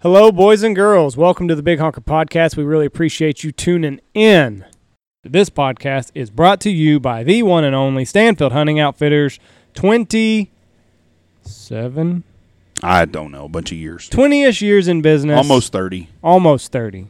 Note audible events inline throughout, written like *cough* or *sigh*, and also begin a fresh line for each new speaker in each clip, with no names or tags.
Hello, boys and girls. Welcome to the Big Honker Podcast. We really appreciate you tuning in. This podcast is brought to you by the one and only Stanfield Hunting Outfitters 27,
I don't know, a bunch of years.
20 ish years in business.
Almost 30.
Almost 30.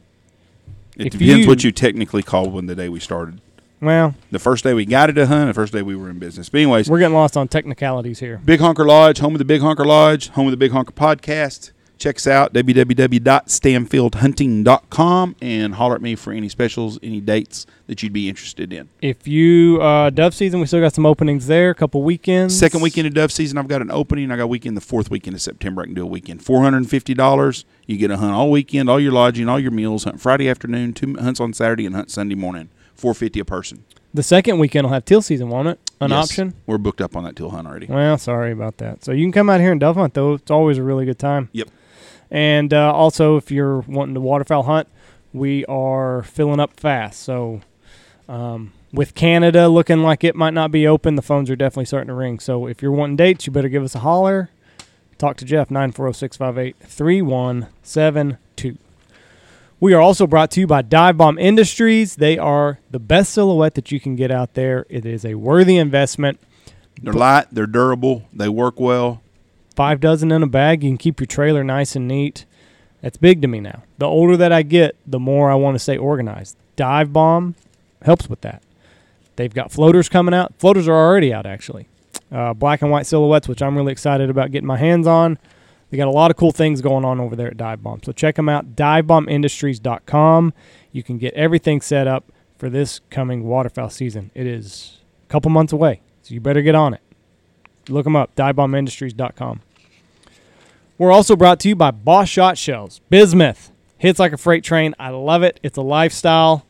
It
If
depends
you-
what you technically call when the day we started.
Well,
The first day we got it a hunt, the first day we were in business. But anyways,
we're getting lost on technicalities here.
Big Honker Lodge, home of the Big Honker Lodge, home of the Big Honker Podcast. Check us out, www.stanfieldhunting.com, and holler at me for any specials, any dates that you'd be interested in.
If you, uh, dove season, we still got some openings there, a couple weekends.
Second weekend of dove season, I've got an opening. I got weekend the fourth weekend of September. I can do a weekend, four hundred and fifty dollars. You get a hunt all weekend, all your lodging, all your meals. Hunt Friday afternoon, two hunts on Saturday, and hunt Sunday morning. Four fifty a person.
The second weekend will have teal season, won't it? An
Yes.
option. Uh,
We're booked up on that till hunt already.
Well, sorry about that. So you can come out here and dove hunt, though. It's always a really good time.
Yep.
And uh, also, if you're wanting to waterfowl hunt, we are filling up fast. So um, with Canada looking like it might not be open, the phones are definitely starting to ring. So if you're wanting dates, you better give us a holler. Talk to Jeff, 940-658-3172. We are also brought to you by Dive Bomb Industries. They are the best silhouette that you can get out there. It is a worthy investment.
They're light, they're durable, they work well.
five dozen in a bag. You can keep your trailer nice and neat. That's big to me now. The older that I get, the more I want to stay organized. Dive Bomb helps with that. They've got floaters coming out. Floaters are already out, actually. Uh, black and white silhouettes, which I'm really excited about getting my hands on. They got a lot of cool things going on over there at Dive Bomb. So check them out, divebombindustries.com. You can get everything set up for this coming waterfowl season. It is a couple months away, so you better get on it. Look them up, divebombindustries.com. We're also brought to you by Boss Shot Shells. Bismuth hits like a freight train. I love it. It's a lifestyle.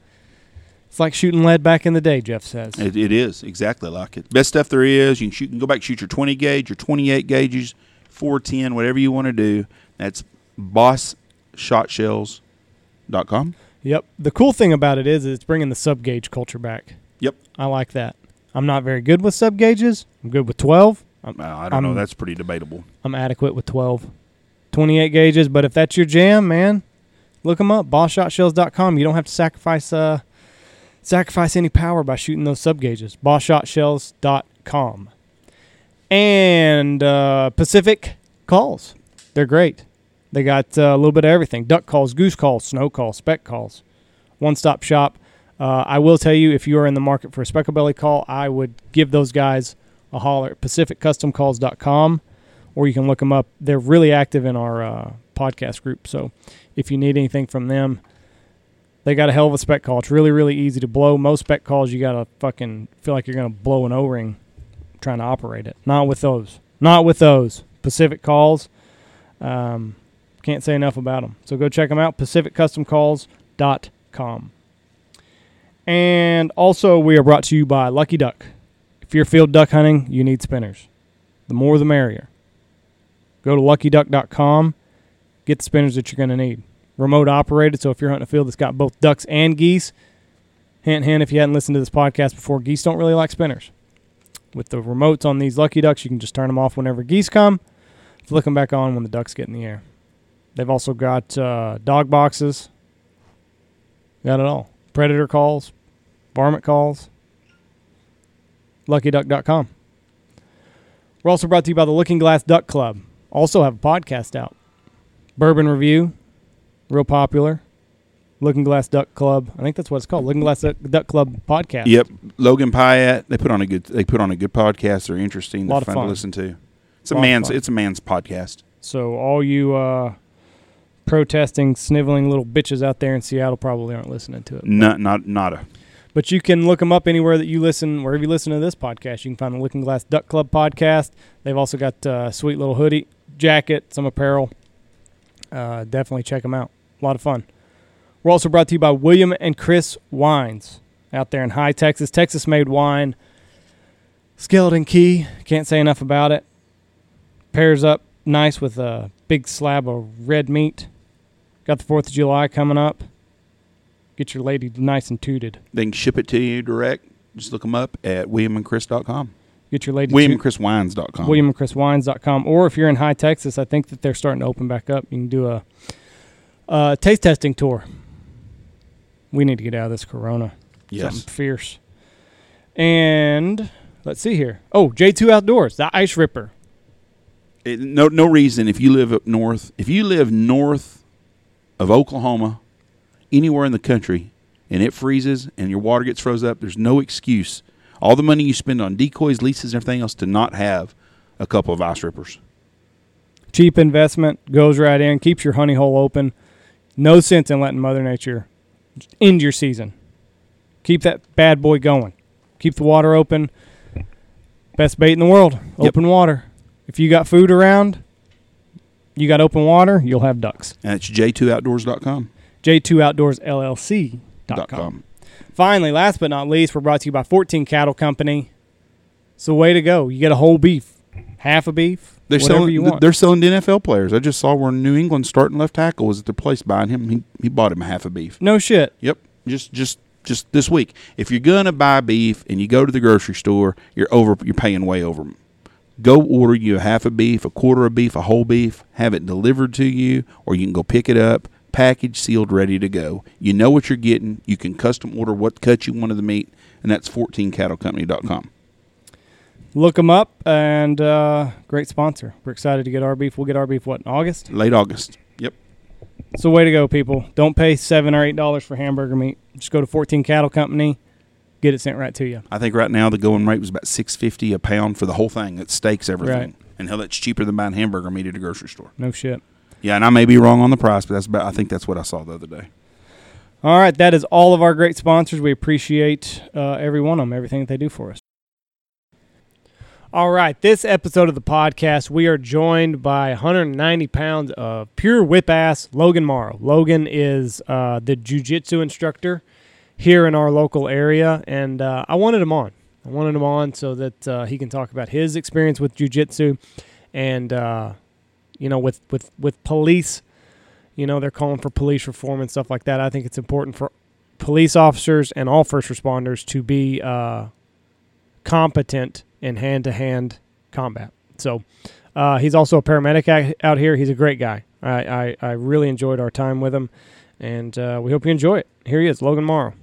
It's like shooting lead back in the day, Jeff says.
It, it is exactly like it. Best stuff there is. You can shoot, you can go back and shoot your twenty gauge, your twenty eight gauges, four ten, whatever you want to do. That's bosshotshells.com.
Yep. The cool thing about it is, is it's bringing the sub gauge culture back.
Yep.
I like that. I'm not very good with sub gauges. I'm good with 12. I'm,
Uh, I don't know.
I'm-
That's pretty debatable.
I'm adequate with 12. 28 gauges, but if that's your jam, man, look them up. BossShotShells.com. You don't have to sacrifice uh, sacrifice any power by shooting those sub gauges. BossShotShells.com. And uh, Pacific calls. They're great. They got uh, a little bit of everything duck calls, goose calls, snow calls, speck calls. One stop shop. Uh, I will tell you, if you are in the market for a speckle belly call, I would give those guys a holler at pacificcustomcalls.com or you can look them up. They're really active in our uh, podcast group. So if you need anything from them, they got a hell of a spec call. It's really, really easy to blow. Most spec calls, you got to fucking feel like you're going to blow an O ring trying to operate it. Not with those. Not with those. Pacific calls. Um, can't say enough about them. So go check them out. PacificCustomCalls.com. And also, we are brought to you by Lucky Duck. If you're field duck hunting, you need spinners. The more the merrier go to luckyduck.com get the spinners that you're going to need remote operated so if you're hunting a field that's got both ducks and geese hint hint if you hadn't listened to this podcast before geese don't really like spinners with the remotes on these lucky ducks you can just turn them off whenever geese come flick them back on when the ducks get in the air they've also got uh, dog boxes got it all predator calls varmint calls luckyduck.com we're also brought to you by the Looking Glass Duck Club. Also have a podcast out. Bourbon Review, real popular. Looking Glass Duck Club. I think that's what it's called. Looking Glass Duck, Duck Club podcast.
Yep, Logan Pyatt. They put on a good. They put on a good podcast. They're interesting.
Lot
They're
of
fun,
fun.
to listen to. It's a
Lot of
man's.
fun.
It's a man's podcast.
So all you uh, protesting, sniveling little bitches out there in Seattle probably aren't listening to it.
Not not not a.
But you can look them up anywhere that you listen, wherever you listen to this podcast. You can find the Looking Glass Duck Club podcast. They've also got uh, sweet little hoodie, jacket, some apparel. Uh, definitely check them out. A lot of fun. We're also brought to you by William and Chris Wines out there in High Texas. Texas made wine. Skeleton Key. Can't say enough about it. Pairs up nice with a big slab of red meat. Got the 4th of July coming up. Get your lady nice and tooted.
They can ship it to you direct. Just look them up at williamandchris.com.
Get your lady tooted.
williamandchriswines.com.
WilliamandChrisWines.com. Or if you're in High Texas, I think that they're starting to open back up. You can do a Uh, taste testing tour. We need to get out of this corona.
Yes.
Something fierce. And let's see here. Oh, J2 Outdoors, the Ice Ripper.
It- no, no reason. If you live up north, if you live north of Oklahoma, anywhere in the country, and it freezes and your water gets froze up, there's no excuse. All the money you spend on decoys, leases, and everything else to not have a couple of ice rippers.
Cheap investment, goes right in, keeps your honey hole open. No sense in letting Mother Nature end your season. Keep that bad boy going. Keep the water open. Best bait in the world, open water. If you got food around, you got open water, you'll have ducks.
And it's j2outdoors.com. Dot
J2OutdoorsLLC.com. Finally, last but not least, we're brought to you by 14 Cattle Company. It's the way to go. You get a whole beef, half a beef,
They're
whatever
selling.
you want.
They're selling to NFL players. I just saw where New England starting left tackle was at their place buying him. He, he bought him half a beef.
no shit.
Yep. Just just just this week. If you're gonna buy beef and you go to the grocery store, you're over. You're paying way over. Go order you a half a beef, a quarter of beef, a whole beef. Have it delivered to you, or you can go pick it up, packaged, sealed, ready to go. You know what you're getting. You can custom order what cut you want of the meat, and that's 14cattlecompany.com.
Look them up and uh, great sponsor. We're excited to get our beef. We'll get our beef, what, in August?
Late August. Yep.
It's the way to go, people. Don't pay 7 or $8 dollars for hamburger meat. Just go to 14 Cattle Company, get it sent right to you.
I think right now the going rate was about six fifty a pound for the whole thing. It steaks everything,
Right.
and hell, that's cheaper than buying hamburger meat at a grocery store.
No shit.
Yeah, and I may be wrong on the price, but that's about. I think that's what I saw the other day.
All right, that is all of our great sponsors. We appreciate uh, every one of them, everything that they do for us. All right, this episode of the podcast, we are joined by 190 pounds of pure whip ass Logan Morrow. Logan is uh, the jujitsu instructor here in our local area, and uh, I wanted him on. I wanted him on so that uh, he can talk about his experience with jujitsu and, uh, you know, with, with, with police you know they're calling for police reform and stuff like that i think it's important for police officers and all first responders to be uh, competent in hand-to-hand combat so uh, he's also a paramedic out- out here he's a great guy i, I, I really enjoyed our time with him and uh, we hope you enjoy it here he is logan morrow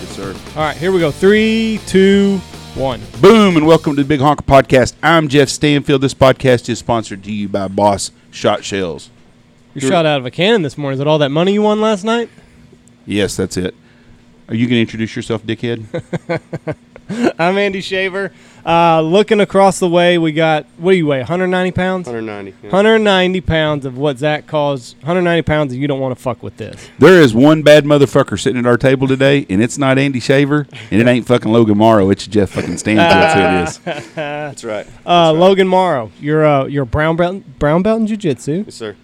Yes, sir.
all right here we go three two one
Boom, and welcome to the Big Honker Podcast. I'm Jeff Stanfield. This podcast is sponsored to you by Boss Shot Shells.
you shot out of a cannon this morning is it all that money you won last night
Yes, that's it. Are you going to introduce yourself, dickhead?
*laughs* *laughs* i'm andy shaver uh, looking across the way we got what do you weigh 190 pounds
190. yeah.
190 pounds of what Zach calls 190 pounds, and you don't want to fuck with this.
there is one bad motherfucker sitting at our table today, and it's not Andy Shaver, and it ain't fucking Logan Morrow. It's Jeff fucking
*laughs*
Stanfield. That's who it is.
That's right.
Uh, Logan Morrow, you're a you're a brown belt brown belt in jujitsu.
Yes, sir.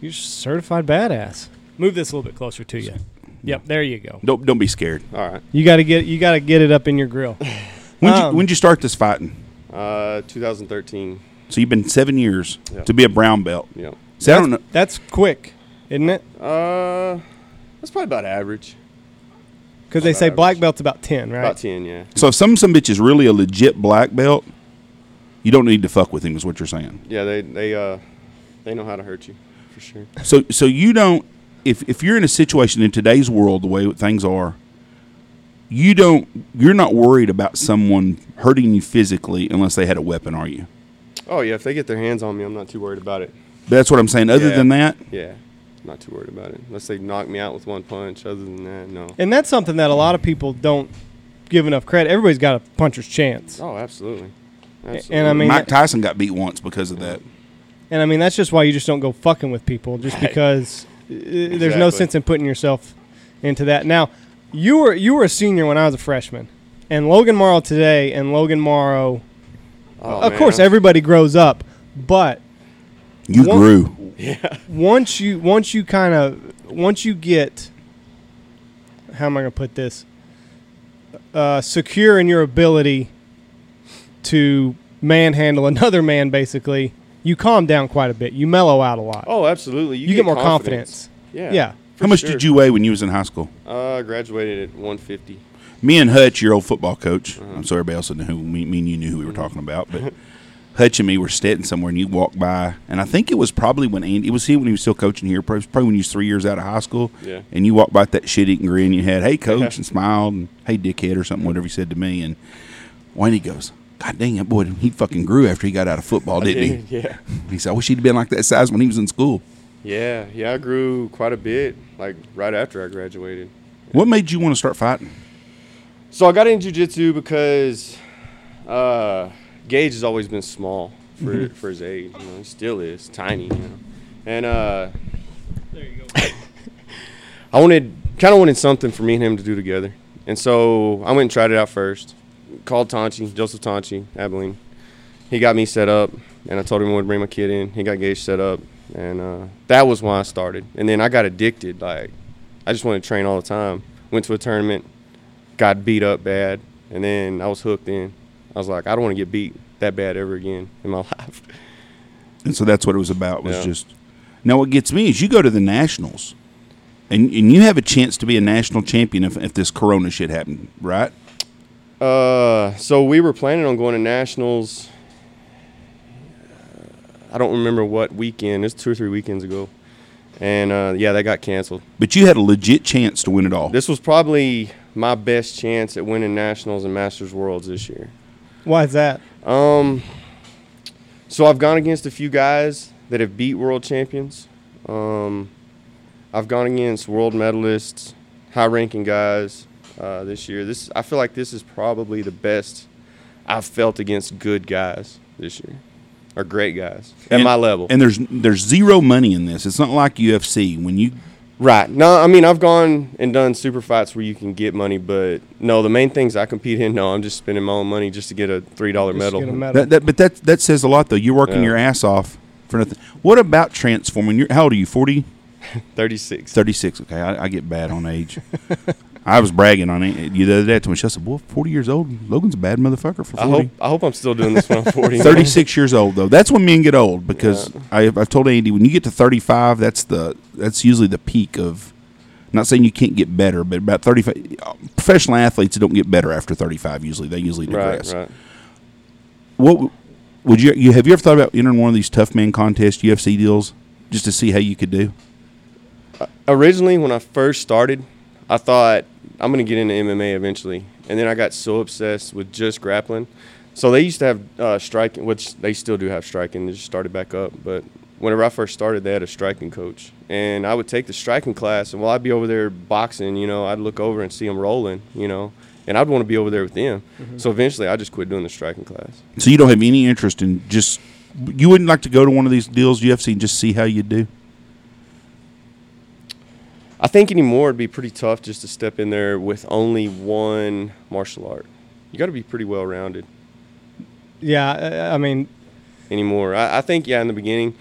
You're a certified badass. Move this a little bit closer to you. Yep, there you go.
Don't don't be scared.
All right.
You gotta get you gotta get it up in your grill.
When
Um,
you when you start this fighting?
Uh, 2013.
So you've been seven years
Yeah.
to be a brown belt.
Yep.
So I don't know.
That's quick, isn't it?
Uh, that's probably about average.
Because they say black belt's about ten, right?
About 10, yeah.
So if some some bitch is really a legit black belt, you don't need to fuck with him. Is what you're saying.
Yeah, they they uh they know how to hurt you for sure.
So so you don't if if you're in a situation in today's world the way things are, you don't you're not worried about someone hurting you physically unless they had a weapon, are you?
Oh yeah, if they get their hands on me, I'm not too worried about it.
That's what I'm saying. Other
Yeah.
than that,
Yeah, not too worried about it. Unless they knock me out with one punch. Other than that, no.
And that's something that a lot of people don't give enough credit. Everybody's got a puncher's chance.
Oh, absolutely. absolutely.
And um, I mean,
Mike Tyson got beat once because of that.
And I mean, that's just why you just don't go fucking with people, just because uh, there's no
Exactly.
sense in putting yourself into that. Now, You were you were a senior when I was a freshman, and Logan Morrow today, and Logan Morrow.
Oh,
of
man.
course, everybody grows up, but
You
One-
grew.
once you once you kind of once you get how am I going to put this uh, secure in your ability to manhandle another man, basically, you calm down quite a bit. You mellow out a lot.
Oh, absolutely. You,
you, get, more confidence.
Yeah.
Yeah.
How much did you weigh when you was in high school?
Uh, I graduated at 150.
Me and Hutch, your old football coach. I'm sorry, everybody else didn't know who me, me and you knew who we were talking about, but Hutch and me were sitting somewhere, and you walked by, and I think it was probably when Andy. It was he when he was still coaching here. Probably, probably when you was three years out of high school.
Yeah.
And you walked by with that shit-eating grin you had, "Hey, coach," and smiled, and "Hey, dickhead," or something, whatever you said to me. And Wayne he goes, "God dang it, boy! He fucking grew after he got out of football,
*laughs*
didn't he?"
yeah.
He said, "I wish he'd have been like that size when he was in school."
Yeah. Yeah. I grew quite a bit, like right after I graduated.
What made you want to start fighting?
So I got into jujitsu because uh, Gage has always been small for, for his age. You know, he still is tiny. You know? And uh,
There you go.
*laughs* I wanted, kind of wanted something for me and him to do together. And so I went and tried it out first. Called Tonchi, Joseph Tonchi, Abilene. He got me set up, and I told him I would bring my kid in. He got Gage set up, and uh, that was why I started. And then I got addicted. Like, I just wanted to train all the time. Went to a tournament, got beat up bad, and then I was hooked in. I was like, I don't want to get beat that bad ever again in my *laughs* life.
And so that's what it was about. Was
Yeah.
just now. What gets me is you go to the nationals, and and you have a chance to be a national champion if, if this Corona shit happened, right?
Uh, so we were planning on going to nationals. I don't remember what weekend. It's two or three weekends ago, and uh, yeah, that got canceled.
But you had a legit chance to win it all.
This was probably my best chance at winning nationals and masters worlds this year.
Why is that?
Um, so I've gone against a few guys that have beat world champions. Um, I've gone against world medalists, high-ranking guys uh, this year. This I feel like this is probably the best I've felt against good guys this year, or great guys at
And-
my level.
And there's there's zero money in this. It's not like UFC when you
Right. No, I mean I've gone and done super fights where you can get money, but no, the main things I compete in, no, I'm just spending my own money just to get a three dollar
Just
medal.
get a
that, that but that that says a lot though. You're working
Yeah.
your ass off for nothing. What about transforming? You're how old are you? 40?
Thirty six.
36. Okay, I, I get bad on
*laughs*
age. I was bragging on it you the other day to Michelle. I said, "Boy, 40 years old. Logan's a bad motherfucker for 40."
I hope I hope I'm still doing this when I'm
*laughs*
forty.
36 years old though. That's when men get old because I, I've told Andy when you get to 35, that's the that's usually the peak of. Not saying you can't get better, but about 35, professional athletes don't get better after 35. Usually, they usually
Right,
digress.
right.
What w- would you, you have you ever thought about entering one of these tough man contests, UFC deals, just to see how you could do?
Originally when I first started, I thought I'm gonna get into MMA eventually. And then I got so obsessed with just grappling. So they used to have uh, striking, which they still do have striking. They just started back up. But whenever I first started, they had a striking coach, and I would take the striking class. And while I'd be over there boxing, you know, I'd look over and see them rolling, you know, and I'd want to be over there with them. So eventually, I just quit doing the striking class.
So you don't have any interest in just you wouldn't like to go to one of these deals, UFC, and just see how you do.
I think anymore it'd be pretty tough just to step in there with only one martial art. You got to be pretty well rounded.
Yeah, I- I mean,
anymore. I, I think yeah, in the beginning,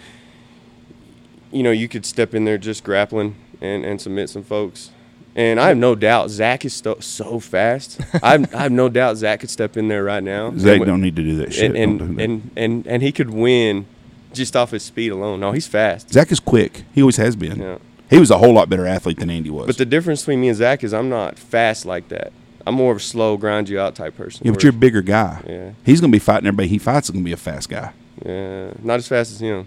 you know, you could step in there just grappling and, and submit some folks. And I have no doubt Zach is sto- so fast. I have, I have no doubt Zach could step in there right
*laughs*
now.
They
and, wi-
don't need to do that shit.
and and,
Don't do that.
and and and he could win just off his speed alone. No, he's fast.
Zach is quick. He always has been.
Yeah.
He was a whole lot better athlete than Andy was.
But the difference between me and Zach is I'm not fast like that. I'm more of a slow grind you out type person.
yeah, but you're a bigger guy.
Yeah.
He's gonna be fighting everybody he fights. Is gonna be a fast guy.
yeah, not as fast as him.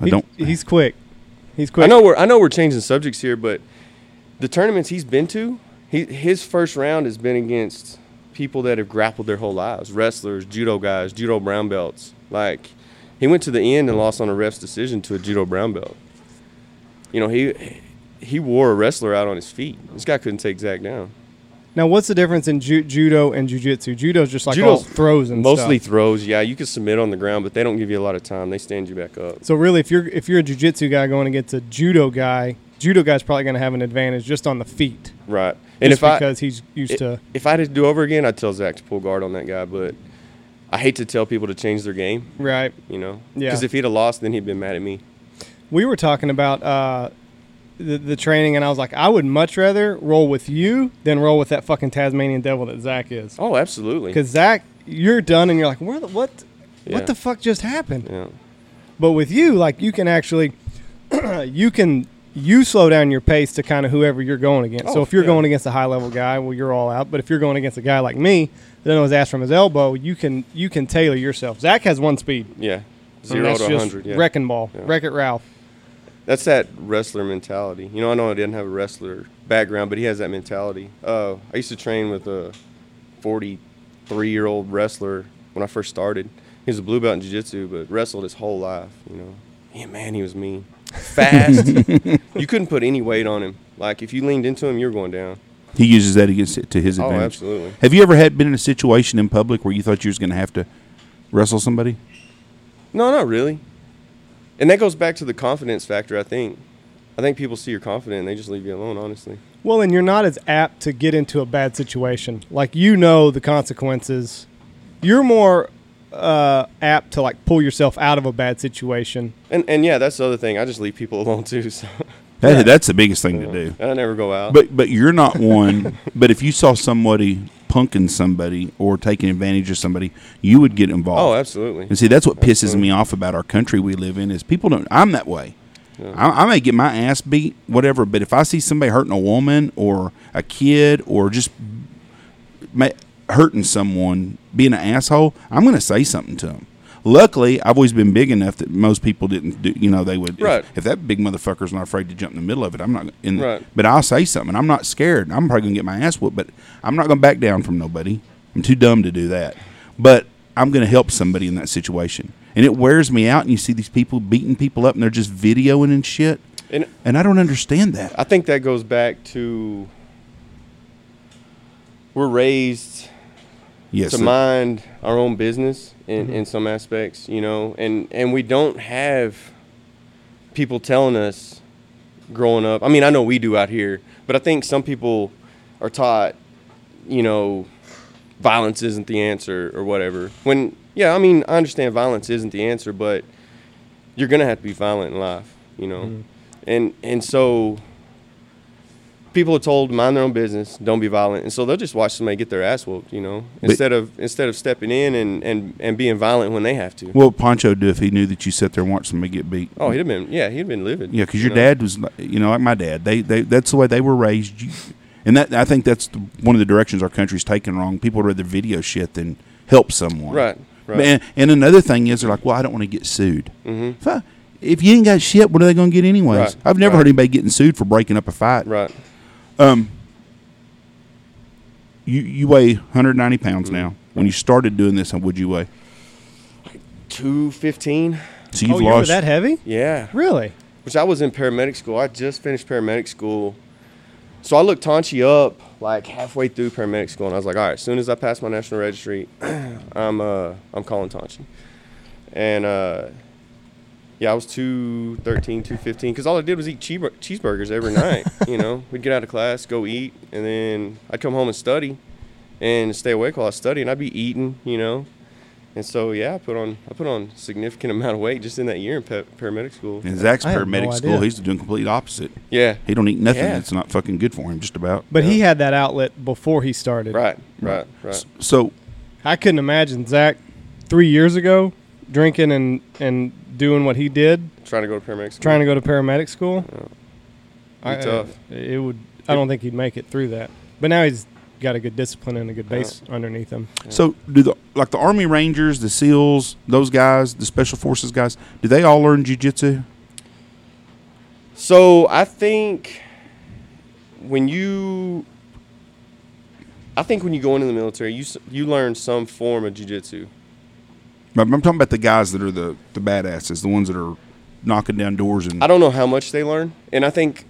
I
he-
don't.
he's quick. He's quick.
I know we're I know we're changing subjects here, but the tournaments he's been to, he, his first round has been against people that have grappled their whole lives, wrestlers, judo guys, judo brown belts. Like he went to the end and lost on a ref's decision to a judo brown belt. You know he he wore a wrestler out on his feet. This guy couldn't take Zach down.
Now, what's the difference in ju- judo and jujitsu? Judo's just like all
Judo's
throws and
Mostly
stuff.
throws. Yeah, you can submit on the ground, but they don't give you a lot of time. They stand you back up.
So really, if you're if you're a jujitsu guy going against a judo guy, judo guy's probably going to have an advantage just on the feet.
Right. And
just
if I-
because he's used
I-
to
If I had to do over again, I'd tell Zach to pull guard on that guy, but I hate to tell people to change their game,
right.
you know?
Yeah.
Because if he'd have lost, then he'd been mad at me.
We were talking about uh, the the training, and I was like, I would much rather roll with you than roll with that fucking Tasmanian devil that Zach is.
Oh, absolutely.
Because Zach, you're done, and you're like, where the, what?
Yeah.
What the fuck just happened?
Yeah.
But with you, like you can actually, *clears throat* you can you slow down your pace to kind of whoever you're going against. so
Oh,
if you're
yeah.
going against a high level guy, well, you're all out. But if you're going against a guy like me that knows his ass from his elbow, you can you can tailor yourself. Zach has one speed.
Yeah.
I mean,
Zero
that's
to a
just
100. Yeah.
Wrecking ball.
Yeah.
Wreck it, Ralph.
That's that wrestler mentality. You know, I know I didn't have a wrestler background, but he has that mentality. Uh, I used to train with a 43 year old wrestler when I first started. He was a blue belt in jiu jitsu, but wrestled his whole life. You know, yeah, man, he was mean. Fast. you couldn't put any weight on him. Like, if you leaned into him, you were going down.
He uses that against it to his
Oh,
advantage.
absolutely.
Have you ever had been in a situation in public where you thought you was going to have to wrestle somebody?
No, not really. And that goes back to the confidence factor, I think. I think people see you're confident and they just leave you alone, honestly.
Well, and you're not as apt to get into a bad situation. Like you know the consequences. You're more uh, apt to like pull yourself out of a bad situation.
And, and yeah, that's the other thing. I just leave people *laughs* alone too. So.
That, That's the biggest thing to do.
I never go out.
But but you're not one. *laughs* but if you saw somebody punking somebody or taking advantage of somebody, you would get involved.
oh, absolutely.
And see, that's what pisses
Absolutely.
me off about our country we live in is people don't. I'm that way. I, I may get my ass beat, whatever. But if I see somebody hurting a woman or a kid or just ma- hurting someone, being an asshole, I'm going to say something to them. Luckily, I've always been big enough that most people didn't do. You know, they would. if-
Right.
If, that big motherfucker's not afraid to jump in the middle of it, I'm not. In the,
Right.
But I'll say something. I'm not scared. I'm probably going to get my ass whooped, but I'm not going to back down from nobody. I'm too dumb to do that. But I'm going to help somebody in that situation, and it wears me out. And you see these people beating people up, and they're just videoing and shit.
And
And I don't understand that.
I think that goes back to we're raised
yes. Mm-hmm.
to
that-
mind our own business in, in some aspects, you know, and, and we don't have people telling us growing up. I mean, I know we do out here, but I think some people are taught, you know, violence isn't the answer or whatever. When, yeah, I mean, I understand violence isn't the answer, but you're going to have to be violent in life, you know.
Mm-hmm.
And, and so people are told mind their own business, don't be violent, and so they'll just watch somebody get their ass whooped, you know,
But-
instead of instead of stepping in and, and, and being violent when they have to.
what would Poncho do if he knew that you sat there and watched somebody get beat?
oh, he'd have been yeah, he'd been livid.
Yeah, because
you
your
know?
dad was, li- you know, like my dad. They, they that's the way they were raised. You, and that I think that's the, one of the directions our country's taken wrong. People would rather video shit than help someone.
Right, right.
And, and another thing is they're like, well, I don't want to get sued.
Mhm.
Fi- If you ain't got shit, what are they going to get anyways?
Right,
I've never
right.
heard anybody getting sued for breaking up a fight.
Right.
Um, you you weigh 190 pounds
Mm-hmm.
now. When you started doing this, would you weigh?
Two fifteen.
So you've
oh, you were
lost.
that heavy?
Yeah.
Really?
Which I was in paramedic school. I just finished paramedic school. So I looked Tonchi up like halfway through paramedic school and I was like, all right, as soon as I pass my national registry, *clears throat* I'm uh I'm calling Tonchi. And uh yeah, I was 213, 215, because all I did was eat cheeseburg- cheeseburgers every night. you know, we'd get out of class, go eat, and then I'd come home and study and stay awake while I study, and I'd be eating, you know. And so, yeah, I put on I put on significant *laughs* amount of weight just in that year in pa- paramedic school.
And Zach's
I have
paramedic
no
school.
idea.
He's doing complete opposite.
Yeah,
He don't eat nothing
Yeah.
that's not fucking good for him. Just about.
But he had that outlet before he started.
right, right, right.
S- So
I couldn't imagine Zach three years ago drinking and, and doing what he did,
Trying to go to paramedic school.
trying to go to paramedic school. I, uh,
Be tough.
It would. I don't think he'd make it through that. But now he's got a good discipline and a good base underneath him.
so do the like the Army Rangers, the SEALs, those guys, the Special Forces guys. Do they all learn jujitsu?
So I think when you, I think when you go into the military, you s- you learn some form of jujitsu.
I'm I'm talking about the guys that are the the badasses, the ones that are knocking down doors and
I don't know how much they learn, and I think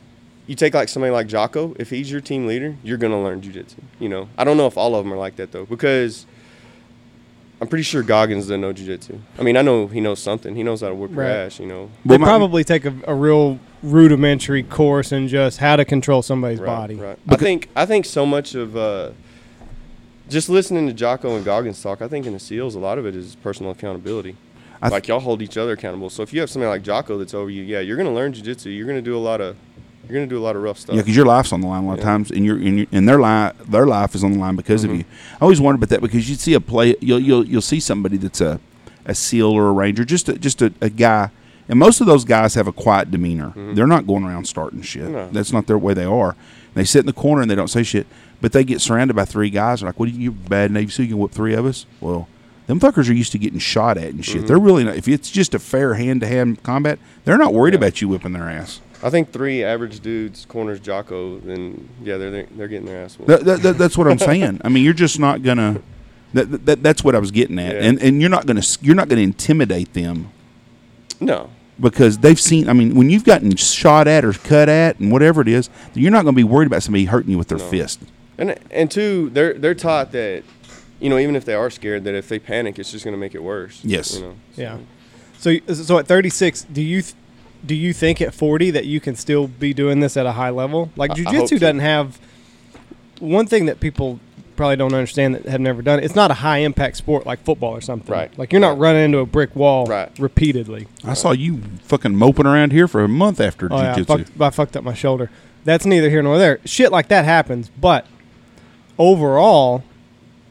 you take like somebody like Jocko. If he's your team leader, you're gonna learn jujitsu. You know, I don't know if all of them are like that though, because I'm pretty sure Goggins doesn't know jujitsu. I mean, I know he knows something. He knows how to whip your
Right.
ass, you know.
They
Well, my-
probably take a, a real rudimentary course in just how to control somebody's
right,
body.
Right. I
Because-
think I think so much of uh, just listening to Jocko and Goggins talk. I think in the seals, a lot of it is personal accountability.
I th-
like y'all hold each other accountable. So if you have somebody like Jocko that's over you, yeah, you're gonna learn jujitsu. You're gonna do a lot of you're gonna do a lot of rough stuff.
Yeah, because your life's on the line a lot of
Yeah. Mm-hmm.
times, and your and, your, and their life their life is on the line because of you. I always wondered about that because you see a play, you'll you'll you'll see somebody that's a a seal or a ranger, just a, just a, a guy, and most of those guys have a quiet demeanor. They're not going around starting shit.
Mm-hmm. No.
That's not their way. They are. They sit in the corner and they don't say shit, but they get surrounded by three guys. They're like, "What are you bad Navy SEAL? You can whip three of us?" Well. Them fuckers are used to getting shot at and shit.
Mm-hmm.
They're really not. If it's just a fair hand to hand combat, they're not worried about you whipping their ass.
I think three average dudes corners Jocko, then yeah, they're they're, they're getting their ass whooped.
That, that, that- that's what I'm
*laughs*
saying. I mean, you're just not gonna. That, that, that's what I was getting at,
Yeah.
and and you're not gonna s- you're not gonna intimidate them
no,
because they've seen. I mean, when you've gotten shot at or cut at and whatever it is, you're not gonna be worried about somebody hurting you with their
No.
fist.
and and two, they're they're taught that you know even if they are scared, that if they panic, it's just gonna make it worse.
Yes.
You know?
Yeah. So so at 36, do you th- do you think at 40 that you can still be doing this at a high level? Like
I- I hope
jujitsu
so.
doesn't have one thing that people probably don't understand that have never done. it, It's not a high impact sport like football or something.
Right.
Like you're not
Right.
running into a brick wall
Right.
repeatedly.
I saw you fucking moping around here for a month after
Oh yeah, I
jujitsu.
fucked, I fucked up my shoulder. That's neither here nor there. Shit like that happens, but overall,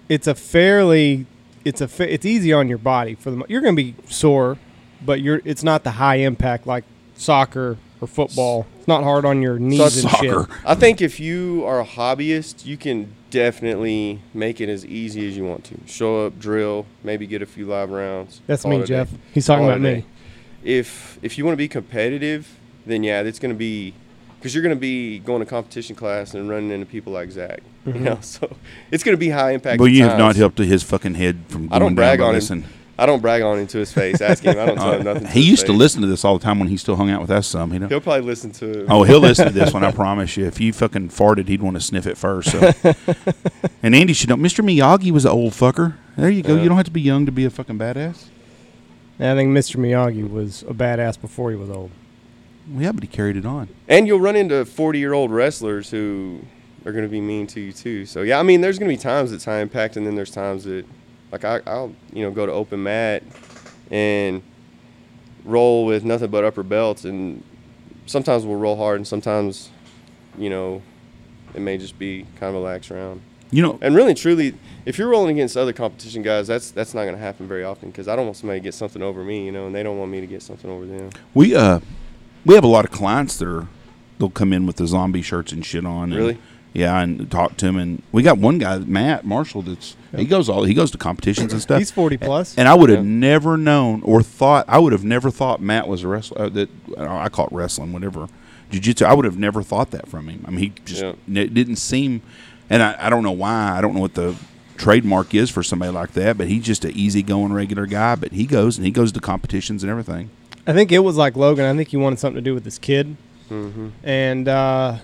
it's a fairly, it's a, fa- it's easy on your body for the. mo- You're going to be sore, but you're. It's not the high impact like soccer or football. It's not hard on your knees and
Soccer.
shit.
I think if you are a hobbyist, you can definitely make it as easy as you want to. Show up, drill, maybe get a few live rounds.
That's
call
me,
it a day.
Jeff. He's talking
Call it
about
a
me.
day. If if you want to be competitive, then yeah, that's going to be because you're going to be going to competition class and running into people like Zach.
Mm-hmm.
You know, *laughs* so it's going to be high impact.
Well,
at
you have not
times.
helped his fucking head from. Going
I don't brag
down by
on
this and- uh,
him. I don't brag on him to his face. Ask him. *laughs* I
*laughs*
don't tell him nothing.
he
his
used to
face.
listen to this all the time when he still hung out with us. Some he don't.
He'll probably listen to. it.
Oh, he'll listen to this one.
*laughs*
I promise you. If you fucking farted, he'd want to sniff it first. So. and Andy should know. Mr. Miyagi was an old fucker. There you go.
Yeah.
You don't have to be young to be a fucking badass.
And I think Mr. Miyagi was a badass before he was old.
Well, yeah, but he carried it on.
And you'll run into 40 year old wrestlers who are going to be mean to you too. So yeah, I mean, there's going to be times that's high impact, and then there's times that, like I, I'll you know go to open mat and roll with nothing but upper belts, and sometimes we'll roll hard, and sometimes, you know, it may just be kind of a lax round.
You know,
And really, truly, if you're rolling against other competition guys, that's that's not going to happen very often because I don't want somebody to get something over me, you know, and they don't want me to get something over them.
we uh, we have a lot of clients that are they'll come in with the zombie shirts and shit on. and-
Really?
yeah, and talk to him. And we got one guy, Matt Marshall. That's he goes all he goes to competitions and stuff.
He's 40 plus.
And I would have
Yeah.
never known or thought. I would have never thought Matt was a wrestler. Uh, that I don't know, I call it wrestling, whatever, jujitsu. I would have never thought that from him. I mean, he just
Yeah.
ne- didn't seem. And I, I don't know why. I don't know what the trademark is for somebody like that. But he's just an easygoing regular guy. But he goes and he goes to competitions and everything.
I think it was like Logan. I think he wanted something to do with his kid,
Mm-hmm.
and uh,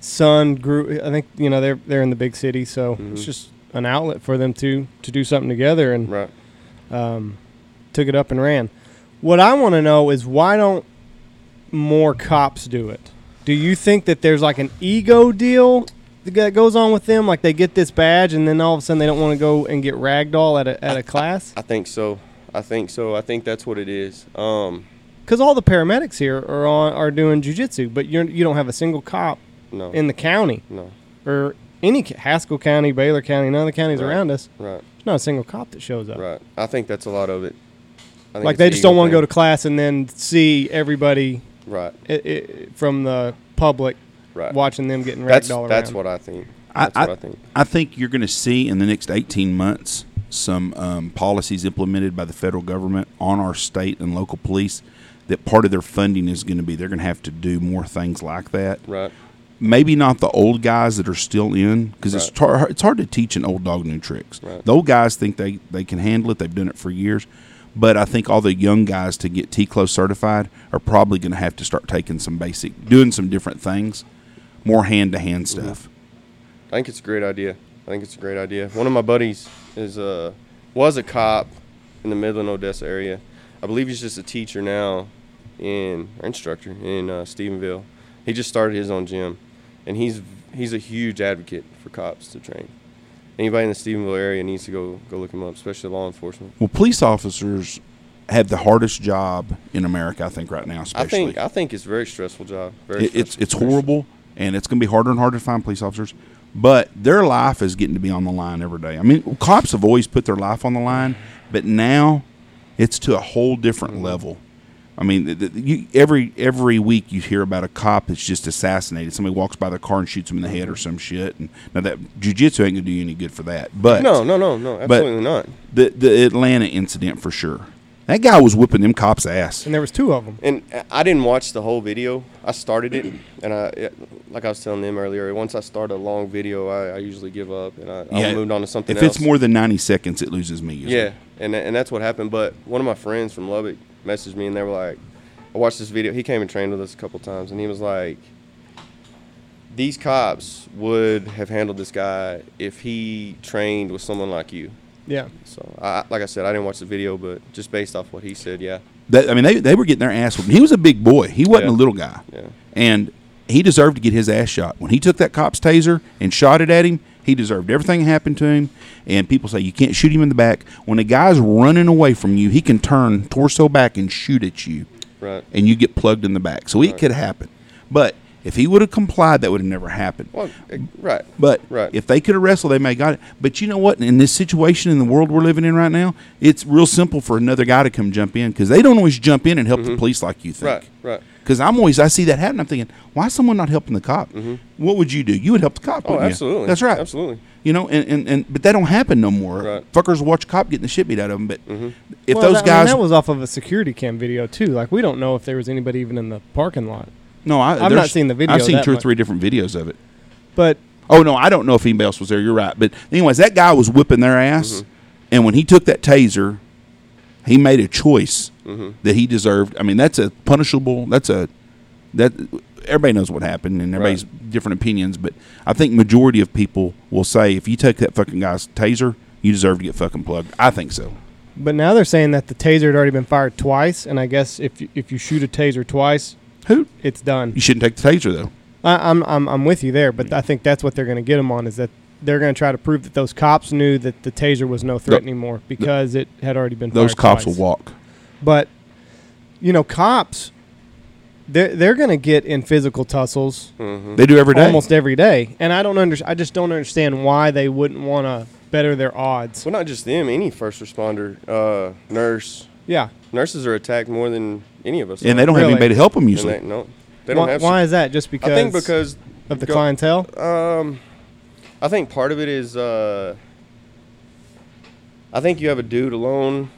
son grew. I think you know they're they're in the big city, so it's just an outlet for them to to do something together, and
Right.
um, took it up and ran. What I want to know is why don't more cops do it? Do you think that there's like an ego deal that goes on with them? Like they get this badge, and then all of a sudden they don't want to go and get ragdoll at a at a class?
I think so. I think so. I think that's what it is. Um,
because all the paramedics here are on are doing jujitsu, but you're you don't have a single cop
no.
in the county
no.
or any ca- Haskell County, Baylor County, none of the counties
Right.
around us.
Right.
There's not a single cop that shows up.
Right. I think that's a lot of it. I think
Like
it's
they
the
just
ego
don't want to
thing.
go to class and then see everybody
Right.
i i from the public
Right.
watching them getting
that's
ragdoll
that's
around.
what I think.
I-
That's what I think.
I think you're going to see in the next 18 months some um, policies implemented by the federal government on our state and local police that part of their funding is going to be they're going to have to do more things like that.
Right.
Maybe not the old guys that are still in because it's
Right.
tar- it's hard to teach an old dog new tricks.
Right.
The old guys think they, they can handle it. They've done it for years. But I think all the young guys to get T-Close certified are probably going to have to start taking some basic, doing some different things, more hand-to-hand
Mm-hmm.
stuff.
I think it's a great idea. I think it's a great idea. One of my buddies is uh was a cop in the Midland, Odessa area. I believe he's just a teacher now, in or instructor in uh, Stephenville. He just started his own gym, and he's he's a huge advocate for cops to train. Anybody in the Stephenville area needs to go go look him up, especially law enforcement.
Well, police officers have the hardest job in America, I think, right now. Especially,
I think I think it's a very stressful job.
It-
Very
it's
stressful,
it's
very
horrible, and it's going to be harder and harder to find police officers. But their life is getting to be on the line every day. I mean, cops have always put their life on the line, but now it's to a whole different
Mm-hmm.
level. I mean, the, the, you, every every week you hear about a cop that's just assassinated. Somebody walks by their car and shoots him in the
Mm-hmm.
head or some shit. And now that jujitsu ain't gonna do you any good for that. But
No, no, no, no, absolutely not.
the the Atlanta incident for sure. That guy was whipping them cops' ass.
And there was two of them.
And I didn't watch the whole video. I started it, *clears throat* and I, it- like I was telling them earlier, once I start a long video, I, I usually give up, and I, I moved on to something.
If
else.
it's more than ninety seconds, it loses me. usually.
Yeah, and tha- and that's what happened. But one of my friends from Lubbock messaged me, and they were like, "I watched this video. He came and trained with us a couple times, and he was like, these cops would have handled this guy if he trained with someone like you."
Yeah.
So, I, like I said, I didn't watch the video, but just based off what he said, yeah,
That, I mean, they, they were getting their ass whipped. He was a big boy. He wasn't
Yeah.
a little guy.
Yeah.
And he deserved to get his ass shot. When he took that cop's taser and shot it at him, he deserved everything that happened to him. And people say you can't shoot him in the back. When a guy's running away from you, he can turn torso back and shoot at you.
right.
And you get plugged in the back. So it could happen. But if he would have complied, that would have never happened.
Well, eh, right.
But
Right.
if they could have wrestled, they may have got it. But you know what? In this situation in the world we're living in right now, it's real simple for another guy to come jump in because they don't always jump in and help the police like you
Mm-hmm. Right,
think.
right.
Because I'm always I see that happen. I'm thinking, why is someone not helping the cop? What would you do? You would help the cop.
Mm-hmm. Oh,
wouldn't you?
absolutely.
That's right.
Absolutely.
You know, and, and, and but that don't happen no more.
Right. Mm-hmm.
Fuckers watch a cop getting the shit beat out of them. But if
Well,
those
that- I mean,
guys,
that was off of a security cam video too. Like we don't know if there was anybody even in the parking lot.
no, I,
not
there's-
seen the video
I've seen
that
two or
much.
three different videos of it.
But
Oh no, I don't know if anybody else was there. You're right. But anyways, that guy was whipping their ass,
Mm-hmm.
and when he took that taser, he made a choice
Mm-hmm.
that he deserved. I mean, that's a punishable. That's a that everybody knows what happened, and everybody's different opinions. But I think majority of people will say if you take that fucking guy's taser, you deserve to get fucking plugged. I think so.
but now they're saying that the taser had already been fired twice, and I guess if you, if you shoot a taser twice,
Who
it's done.
you shouldn't take the taser though.
I, I'm, I'm I'm with you there, but I think that's what they're going to get them on is that they're going to try to prove that those cops knew that the taser was no threat
Th-
anymore because it had already been.
Those
fired
cops
twice.
will walk.
But you know, cops, they're they're going to get in physical tussles
Mm-hmm.
They do every day.
almost every day, and I don't under I just don't understand why they wouldn't want to better their odds.
Well, not just them. Any first responder, uh, nurse,
Yeah.
nurses are attacked more than any of us.
and
are.
they don't have
Really?
anybody to help them
And
usually.
they- no, they don't
why,
have.
why is that? Just because,
I think because
of the
go-
clientele?
Um, I think part of it is uh, I think you have a dude alone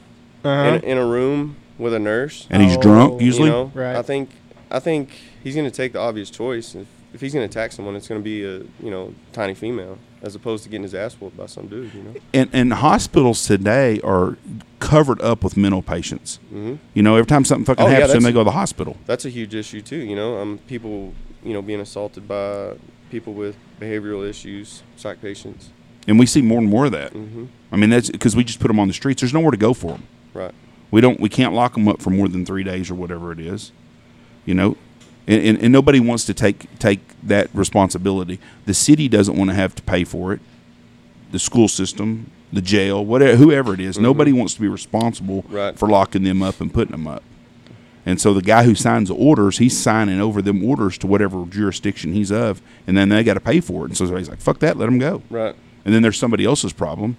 Uh-huh.
in, in a room with a nurse.
and he's
Oh,
drunk
you
usually.
you know,
Right.
I think I think he's going to take the obvious choice. If, if he's going to attack someone, it's going to be a you know tiny female as opposed to getting his ass whooped by some dude. You know.
and, and hospitals today are covered up with mental patients.
Mm-hmm.
You know, every time something fucking
Oh, yeah,
happens to them, they
that's-
go to the hospital.
that's a huge issue too. You know, um, people, you know, being assaulted by people with behavioral issues, psych patients.
And we see more and more of that.
hmm
I mean, that's because we just put them on the streets. There's nowhere to go for them.
Right.
We don't. We can't lock them up for more than three days or whatever it is. You know, and, and, and nobody wants to take take that responsibility. The city doesn't want to have to pay for it. The school system, the jail, whatever, whoever it is, nobody wants to be responsible
Right.
for locking them up and putting them up. And so the guy who signs the orders, he's signing over them orders to whatever jurisdiction he's of, and then they got to pay for it. And so he's like, "Fuck that, let them go."
Right.
and then there's somebody else's problem,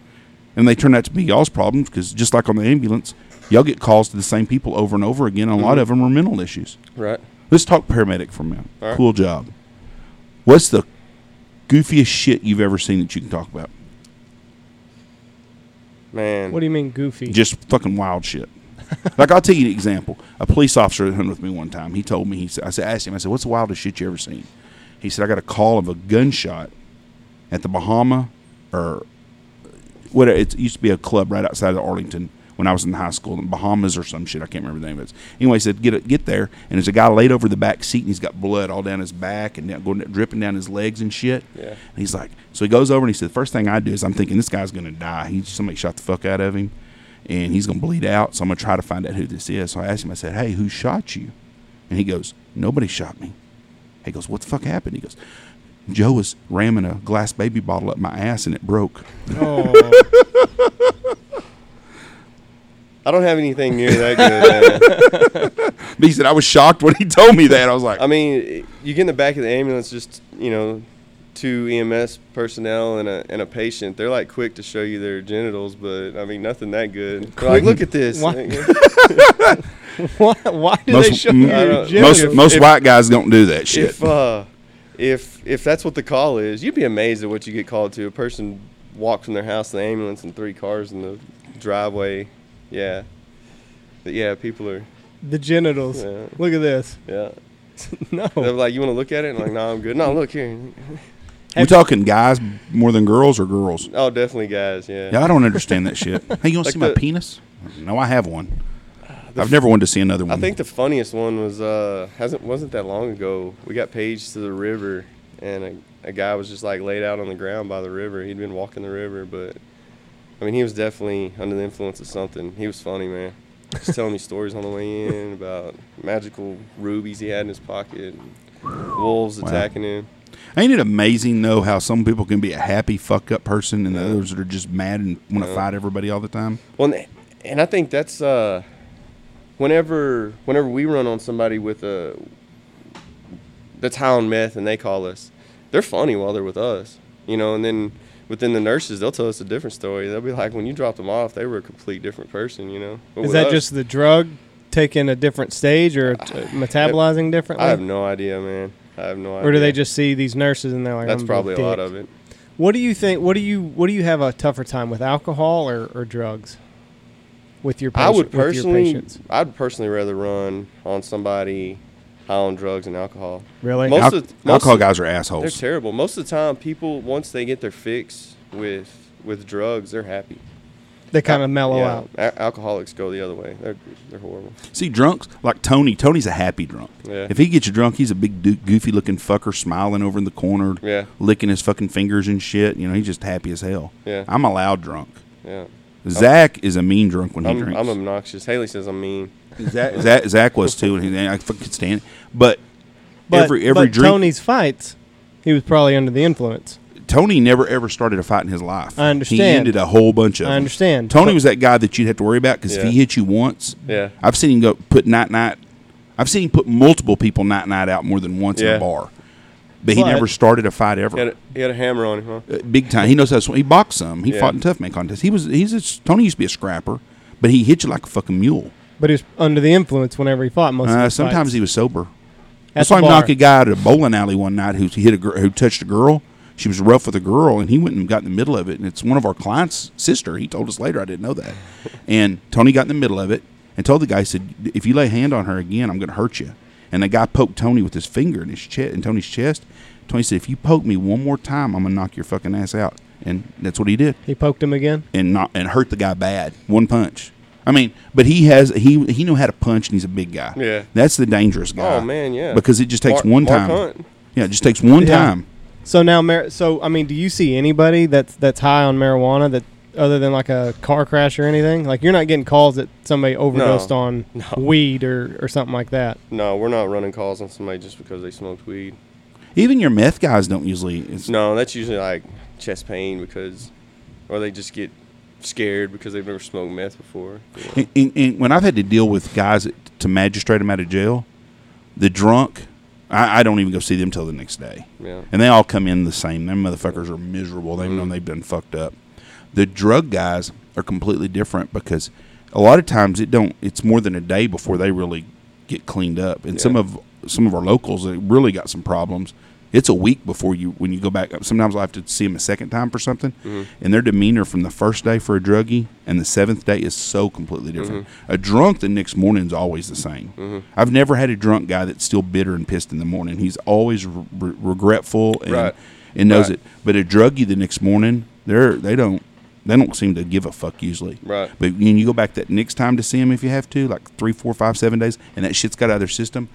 and they turn out to be y'all's problems because just like on the ambulance, y'all get calls to the same people over and over again. and A
Mm-hmm.
lot of them are mental issues.
Right.
Let's talk paramedic for a minute.
All right.
Cool job. What's the goofiest shit you've ever seen that you can talk about?
Man.
What do you mean goofy?
Just fucking wild
*laughs*
shit. like I'll tell you an example. A police officer that hunted with me one time. He told me he said I said I asked him I said what's the wildest shit you ever seen? He said I got a call of a gunshot at the Bahama or whatever. It used to be a club right outside of Arlington when I was in high school in Bahamas or some shit. I can't remember the name of it. Anyway, he said get it- get there, and there's a guy laid over the back seat, and he's got blood all down his back and down, going dripping down his legs and shit.
Yeah.
And he's like, so he goes over and he said, the first thing I do is I'm thinking this guy's gonna die. He somebody shot the fuck out of him, and he's gonna bleed out. So I'm gonna try to find out who this is. So I asked him. I said, hey, who shot you? And he goes, nobody shot me. He goes, what the fuck happened? He goes, Joe was ramming a glass baby bottle up my ass and it broke. *laughs*
*laughs*
Oh, *laughs*
I don't have anything near that
*laughs*
good. man.
But he said I was shocked when he told me that. I was like,
I mean, you get in the back of the ambulance, just you know, two EMS personnel and a and a patient. They're like quick to show you their genitals, but I mean, nothing that good. They're like,
Quick?
look at this.
What? *laughs*
If-
why, why do
*laughs* Most-
they show
mm,
you
I
your
don't-
genitals?
most most
if-
white guys don't do that shit.
If uh, if if that's what the call is, you'd be amazed at what you get called to. A person walked from their house to the ambulance and three cars in the driveway. Yeah, but yeah, people are
the genitals.
Yeah.
Look at
*laughs*
this.
yeah.
No.
They're like, you want to look at it? And I'm like, no, I'm good. No, look here.
We're
have-
talking guys more than girls or girls.
Oh, definitely, guys. Yeah.
Yeah, I don't understand that
*laughs*
shit. Hey, you want to
Like
see my
the-
penis? No, I have one. I've never wanted to see another
I
one.
think the funniest one was uh hasn't wasn't that long ago. We got paged to the river, and a, a guy was just like laid out on the ground by the river. He'd been walking the river, but I mean he was definitely under the influence of something. He was funny, man. Just telling me stories on the way in about magical rubies he had in his pocket, and wolves
Wow.
attacking him.
Ain't it amazing though how some people can be a happy fuck up person and the others that are just mad and want to
Yeah.
fight everybody all the time?
Well, and- and I think that's uh, whenever whenever we run on somebody with a that's high on meth and they call us, they're funny while they're with us, you know. And then within the nurses, they'll tell us a different story. They'll be like, when you dropped them off, they were a complete different person, you know. But
Is
with
that
us,
just the drug taking a different stage or t-
*sighs*
metabolizing differently?
I have no idea, man. I have no idea.
or do they just see these nurses and they're like,
That's
"I'm
probably a lot
dick."
of it.
What do you think? What do you what do you have a tougher time with alcohol or, or drugs? With your patient,
I would
with your
personally,
patients?
I'd personally rather run on somebody high on drugs and alcohol.
really
Most
Al-
of- most
alcohol
of-
guys are
They're
assholes.
terrible. Most of the time, people once they get their fix with with drugs, they're happy.
they kind of mellow
Yeah,
out.
a- alcoholics go the other way. They're they're horrible.
See, drunks like Tony. Tony's a happy drunk.
Yeah.
If he gets you drunk, he's a big, du- goofy looking fucker smiling over in the corner,
Yeah.
licking his fucking fingers and shit. You know, he's just happy as hell.
Yeah.
I'm a loud drunk.
Yeah,
Zach is a mean drunk when he
I'm,
drinks.
I'm obnoxious. Haley says I'm mean.
Zach, *laughs* Zach, Zach was too, and he, I fucking could stand it. But,
But,
every every
but
drink, Tony,
Tony's fights, he was probably under the influence.
never ever started a fight in his life.
I
He
understand.
ended a whole bunch of.
I
them.
understand.
Tony
But-
was that guy that you'd have to worry about because if
Yeah.
he hit you once,
Yeah.
I've seen him go put night night. I've seen him put multiple people night night out more than once in
Yeah.
a bar, but he
But-
never started a fight ever.
He had, a, he had a hammer on him, huh?
Uh, big time. He knows how to swing. He boxed some. He
Yeah.
fought in tough man contests. He was he's a, Tony used to be a scrapper, but he hit you like a fucking mule.
But he was under the influence whenever he fought. Most of
Uh,
his
sometimes
fights.
he was sober. I
At
saw
the
him
bar.
knock a guy out at a bowling alley one night who hit a girl, who touched a girl. She was rough with a girl, and he went and got in the middle of it. And it's one of our clients' sister. He told us later. I didn't know that. And Tony got in the middle of it and told the guy, he said, "If you lay hand on her again, I'm going to hurt you." And the guy poked Tony with his finger in his chest, in Tony's chest. Tony said, "If you poke me one more time, I'm going to knock your fucking ass out." And that's what he did
he poked him again.
and not and hurt the guy bad. One punch. I mean, but he has he he knew how to punch and he's a big guy.
Yeah.
That's the dangerous guy.
Oh, man, yeah.
Because it just takes
Mark-
one
Mark
time.
Hunt.
Yeah, it just takes one
Yeah.
time.
So now, mar- so I mean, do you see anybody that's that's high on marijuana that other than like a car crash or anything? Like you're not getting calls that somebody overdosed on weed or or something like that.
No, we're not running calls on somebody just because they smoked weed.
Even your meth guys don't usually it's
No, that's usually like chest pain because, or they just get scared because they've never smoked meth before. Yeah.
and, and- and when I've had to deal with guys that, to magistrate them out of jail, the drunk I, I don't even go see them till the next day.
Yeah.
And they all come in the same. Them motherfuckers are miserable. They've
Mm-hmm.
known they've done fucked up. The drug guys are completely different because a lot of times it don't. It's more than a day before they really get cleaned up. And some
Yeah.
of some of our locals that really got some problems. It's a week before you when you go back up. Sometimes I have to see them a second time for something,
Mm-hmm.
and their demeanor from the first day for a druggie and the seventh day is so completely different.
Mm-hmm.
A drunk the next morning is always the same. I've never had a drunk guy that's still bitter and pissed in the morning. He's always re- regretful and
Right.
and knows
Right.
it. But a druggie the next morning, they're they don't They don't seem to give a fuck usually.
Right.
But when you go back that next time to see them, if you have to, like three, four, five, seven days, and that shit's got out of their system,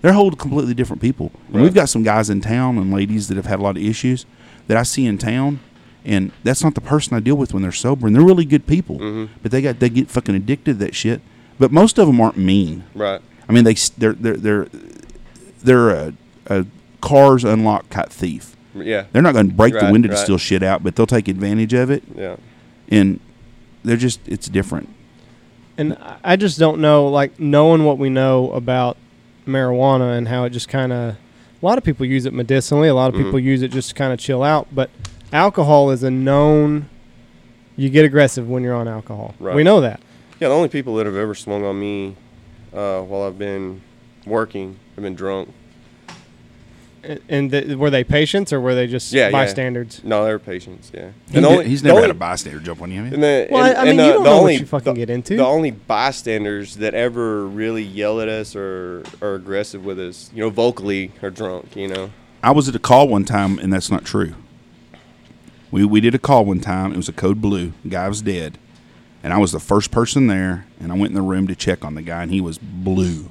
they're holding completely different people. And
Right.
we've got some guys in town and ladies that have had a lot of issues that I see in town, and that's not the person I deal with when they're sober, and they're really good people,
Mm-hmm.
but they got they get fucking addicted to that shit. But most of them aren't mean.
Right.
I mean, they s- they're they're they're they're a, a cars unlocked cut thief.
Yeah.
They're not going to break
Right,
the window
right.
to steal shit out, but they'll take advantage of it,
Yeah.
and they're just it's different.
And I- I just don't know, like knowing what we know about marijuana and how it just kind of. A lot of people use it medicinally. A lot of
Mhm.
people use it just to kind of chill out. But alcohol is a known. You get aggressive when you're on alcohol. We
Right.
know that.
Yeah. The only people that have ever swung on me uh, while I've been working have been drunk.
A- And th- were they patients or were they just
Yeah, yeah.
bystanders?
No, they were patients. Yeah.
He
And the
did-
only-
he's
the
never
only-
had a bystander jump on you. have you?
And the,
Well, I-
and,
I
and
mean,
the,
you don't
the
know what
only,
you fucking
the,
get into.
The only bystanders that ever really yell at us or are aggressive with us, you know, vocally are drunk, you know.
I was at a call one time, and that's not true. We we did a call one time. It was a code blue. Guy was dead, and I was the first person there. And I went in the room to check on the guy, and he was blue.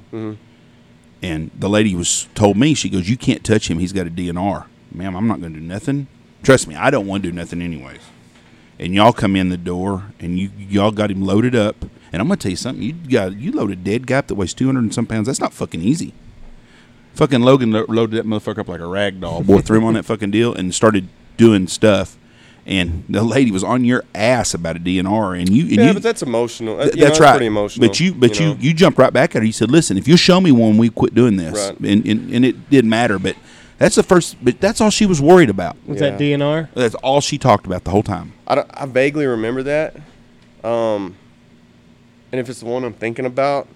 And the lady was told me, she goes, "You can't touch him. He's got a DNR, ma'am. I'm not going to do nothing. Trust me, I don't want to do nothing anyways." And y'all come in the door, and you y'all got him loaded up. And I'm going to tell you something. You got you load a dead guy up that weighs 200 and some pounds. That's not fucking easy. Fucking Logan lo- loaded that motherfucker up like a rag doll. Boy, threw him on that fucking deal and started doing stuff. And the lady was on your ass about a DNR, and you and
yeah,
you,
but that's emotional. That-
Th-
you know,
that's right.
Pretty emotional.
But you, but you,
know.
you, jumped right back at her. You said, "Listen, if you show me one, we quit doing this."
Right.
And, and and it didn't matter. But that's the first. But that's all she was worried about.
Was
Yeah.
that DNR?
That's all she talked about the whole time.
I, don't- I vaguely remember that. Um, and if it's the one I'm thinking about,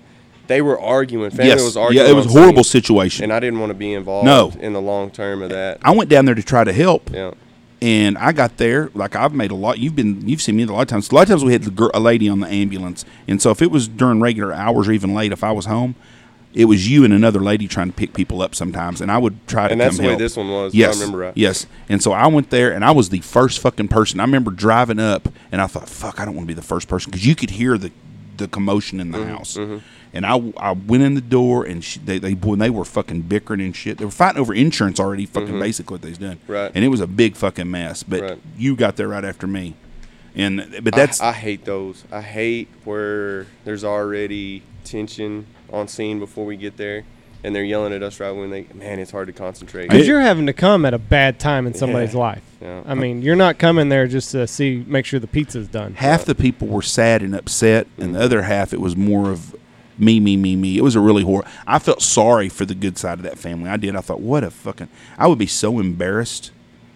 they were arguing. Family
yes,
was arguing.
yeah, it was
on
a horrible
scene,
situation.
And I didn't want to be involved
No.
in the long term of that.
I went down there to try to help.
Yeah.
and I got there. Like I've made a lot. You've been, you've seen me a lot of times. A lot of times we had the gir- a lady on the ambulance, and so if it was during regular hours or even late, if I was home, it was you and another lady trying to pick people up sometimes, and I would try to.
And that's
come
the way
help.
this one was, if I
Yes,
remember right.
Yes, and so I went there, and I was the first fucking person. I remember driving up, and I thought, "Fuck, I don't want to be the first person," because you could hear the the commotion in the
Mm-hmm,
house. And I, I went in the door, and she, they, they when they were fucking bickering and shit, they were fighting over insurance already. Fucking basically what they've done.
Mm-hmm. Right.
And it was a big fucking mess. But
Right.
you got there right after me, and but that's
I, I hate those. I hate where there's already tension on scene before we get there, and they're yelling at us right when they. Man, it's hard to concentrate.
Because
It-
you're having to come at a bad time in somebody's life.
Yeah.
I mean, you're not coming there just to see, make sure the pizza's done.
uh,
half the people were sad and upset, and
Mm.
the other half it was more of me, me, me, me. It was a really horrible. I felt sorry for the good side of that family. I did. I thought, what a fucking. I would be so embarrassed.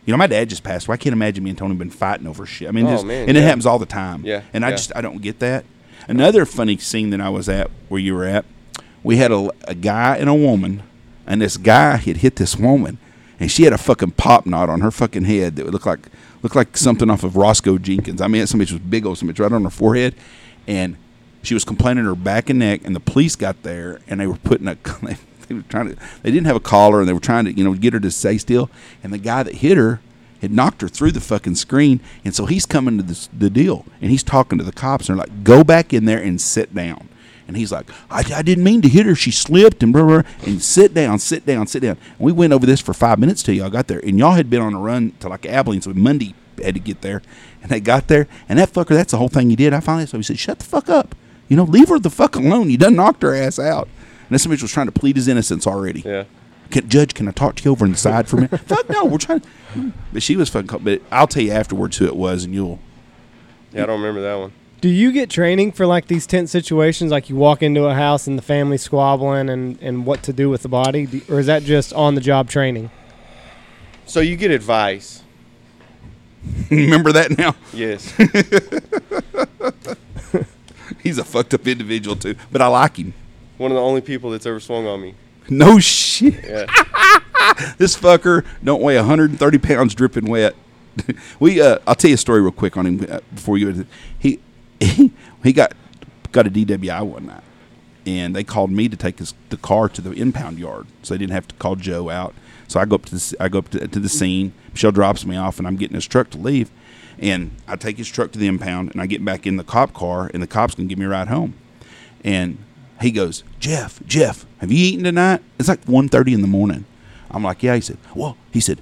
You know, my dad just passed. away. I can't imagine me and Tony been fighting over shit. I mean,
Oh,
just,
man,
and it
yeah.
happens all the time.
Yeah,
and I
yeah.
just I don't get that. Another funny scene that I was at where you were at, we had a, a guy and a woman, and this guy had hit this woman, and she had a fucking pop knot on her fucking head that would look like looked like something off of Roscoe Jenkins. I mean, somebody was big old somebody right on her forehead, and she was complaining her back and neck, and the police got there and they were putting a *laughs* they, were trying to they didn't have a collar and they were trying to you know get her to stay still, and the guy that hit her had knocked her through the fucking screen. And so he's coming to this, the deal and he's talking to the cops. And they're like, go back in there and sit down. And he's like, I, I didn't mean to hit her. She slipped and blah, blah, blah. and sit down, sit down, sit down. And we went over this for five minutes till y'all got there. And y'all had been on a run to like Abilene. So Monday had to get there. And they got there. And that fucker, that's the whole thing he did. I finally so he said, shut the fuck up. You know, leave her the fuck alone. You done knocked her ass out. And this bitch was trying to plead his innocence already
Yeah. Yeah, I don't remember that one.
Do you get training for like these tense situations? Like you walk into a house and the family squabbling and, and what to do with the body? Do- Or is that just on the job training?
So you get advice.
*laughs* Remember that now. *laughs*
Yes.
He's a fucked up individual too, but I like him.
one of the only people that's ever swung on me.
No shit. *laughs*
Yeah.
This fucker don't weigh 130 pounds, dripping wet. *laughs* we. Uh, I'll tell you a story real quick on him uh, before you. He he *laughs* he got got a DWI one night, and they called me to take his the car to the impound yard, so they didn't have to call Joe out. So I go up to the, s- I go up to, to the scene. Michelle drops me off, and I'm getting his truck to leave. And I take his truck to the impound and I get back in the cop car and the cops can give me a ride home. And he goes, Jeff, Jeff, have you eaten tonight? It's like 1.30 in the morning. I'm like, yeah. He said, well, he said,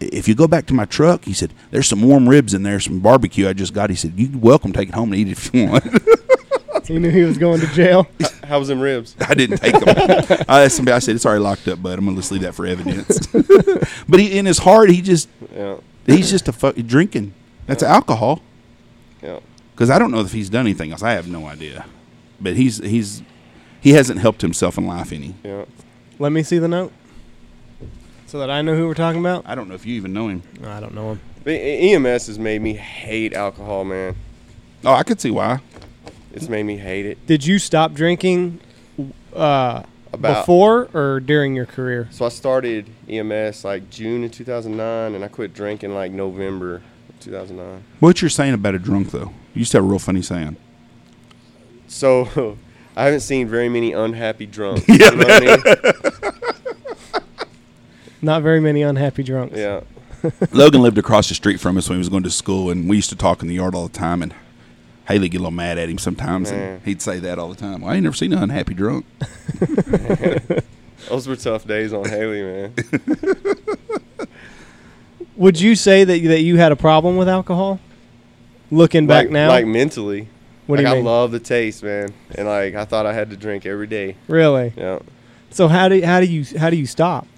if you go back to my truck, he said, there's some warm ribs in there, some barbecue I just got. He said, you're welcome to take it home and eat it if you want. *laughs*
He knew he was going to *laughs* jail.
How was them ribs?
I didn't take them. I asked somebody. I said, "It's already locked up, bud. I'm gonna just leave that for evidence." *laughs* but he, in his heart, he just
Yeah,
he's just a fuck drinking. That's alcohol.
yeah.
Because I don't know if he's done anything else. I have no idea. But he's he's he hasn't helped himself in life any.
Yeah.
Let me see the note so that I know who we're talking about.
I don't know if you even know him.
I don't know him.
The E- EMS has made me hate alcohol, man.
Oh, I could see why.
It's made me hate it.
Did you stop drinking uh,
About
before or during your career?
so I started EMS like June of 2009, and I quit drinking like November of 2009.
What you're saying about a drunk though? You used to have a real funny saying.
So *laughs* I haven't seen very many unhappy drunks.
*laughs*
you know what I mean?
Not very many unhappy drunks.
*laughs* Yeah.
*laughs* Logan lived across the street from us when he was going to school, and we used to talk in the yard all the time. And Haley get a little mad at him sometimes,
Man.
and he'd say that all the time. Well, I ain't never seen an unhappy drunk.
Those were tough days on Haley, man.
Would you say that that you had a problem with alcohol? Looking *laughs* back
like,
now,
Like mentally.
what do
like
you
I
mean?
love the taste, man. And like I thought I had to drink every day.
really?
Yeah.
So how do how do you how do you stop?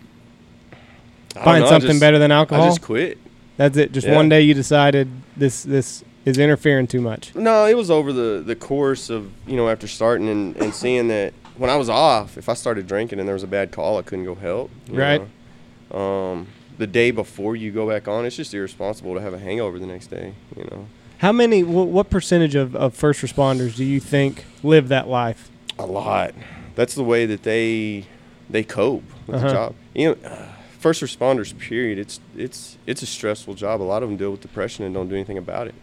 I don't
Find
know, I
something
just-
better than
I
alcohol.
just quit.
That's it. Just
Yeah.
one day you decided this this is interfering too much.
No, it was over the, the course of, you know, after starting and, and seeing that when I was off, if I started drinking and there was a bad call, I couldn't go help. you
Right.
know. Um, the day before you go back on, it's just irresponsible to have a hangover the next day, you know.
How many? Wh- what percentage of, of first responders do you think live that life?
A lot. That's the way that they they cope with
Uh-huh.
the job. You know, uh, first responders. Period. It's it's it's a stressful job. A lot of them deal with depression and don't do anything about it.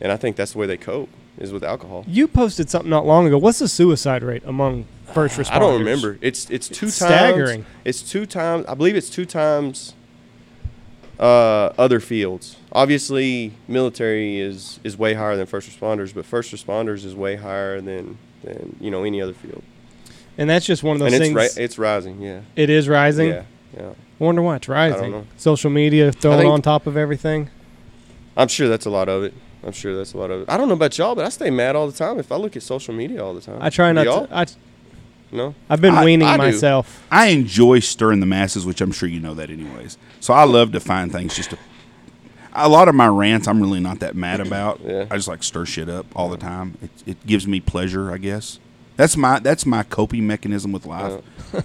And I think that's the way they cope is with alcohol.
You posted something not long ago. What's the suicide rate among first responders?
I don't remember. It's it's two
It's
times
staggering.
It's two times. I believe it's two times. Uh, other fields. Obviously, military is is way higher than first responders, but first responders is way higher than than you know any other field.
And that's just one of those
and it's
things.
ri- it's rising. Yeah.
it is rising.
Yeah. Yeah.
I wonder why it's rising.
know.
Social media
I
thrown
think-
on top of everything.
I'm sure that's a lot of it. I'm sure that's a lot of it. I don't know about y'all, but I stay mad all the time if I look at social media all the time.
I try
Do
not
y'all?
to. I,
No.
I've been
I-
weaning
I do.
myself.
I enjoy stirring the masses, which I'm sure you know that anyways. So I love to find things just to. A lot of my rants, I'm really not that
*clears throat*
mad about.
Yeah.
I just like stir shit up all the time. It, it gives me pleasure, I guess. That's my that's my coping mechanism with life,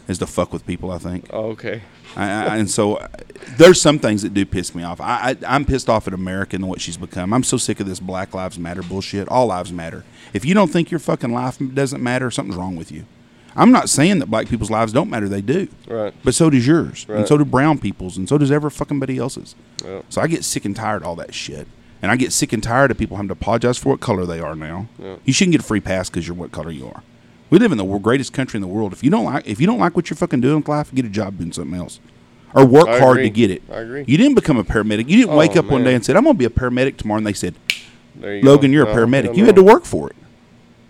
*laughs*
is to fuck with people. I think,
Oh, okay.
I, I, and so uh, there's some things that do piss me off. I, I I'm pissed off at America and what she's become. I'm so sick of this Black Lives Matter bullshit. All lives matter. If you don't think your fucking life doesn't matter, something's wrong with you. I'm not saying that black people's lives don't matter. They do
Right.
but so does yours, and
Right.
so do brown people's, and so does every fucking buddy else's.
Yeah.
So I get sick and tired of all that shit, and I get sick and tired of people having to apologize for what color they are now.
Yeah.
You shouldn't get a free pass because you're what color you are. We live in the wor- greatest country in the world. If you don't like, if you don't like what you're fucking doing with life, get a job doing something else, or work
I
hard to
agree.
get it.
I agree.
You didn't become a paramedic. You didn't
Oh,
wake up one
man.
day and said, "I'm gonna be a paramedic tomorrow," and they said,
There you
"Logan,
go.
you're a
No, no,
paramedic." You had to
no.
work for it.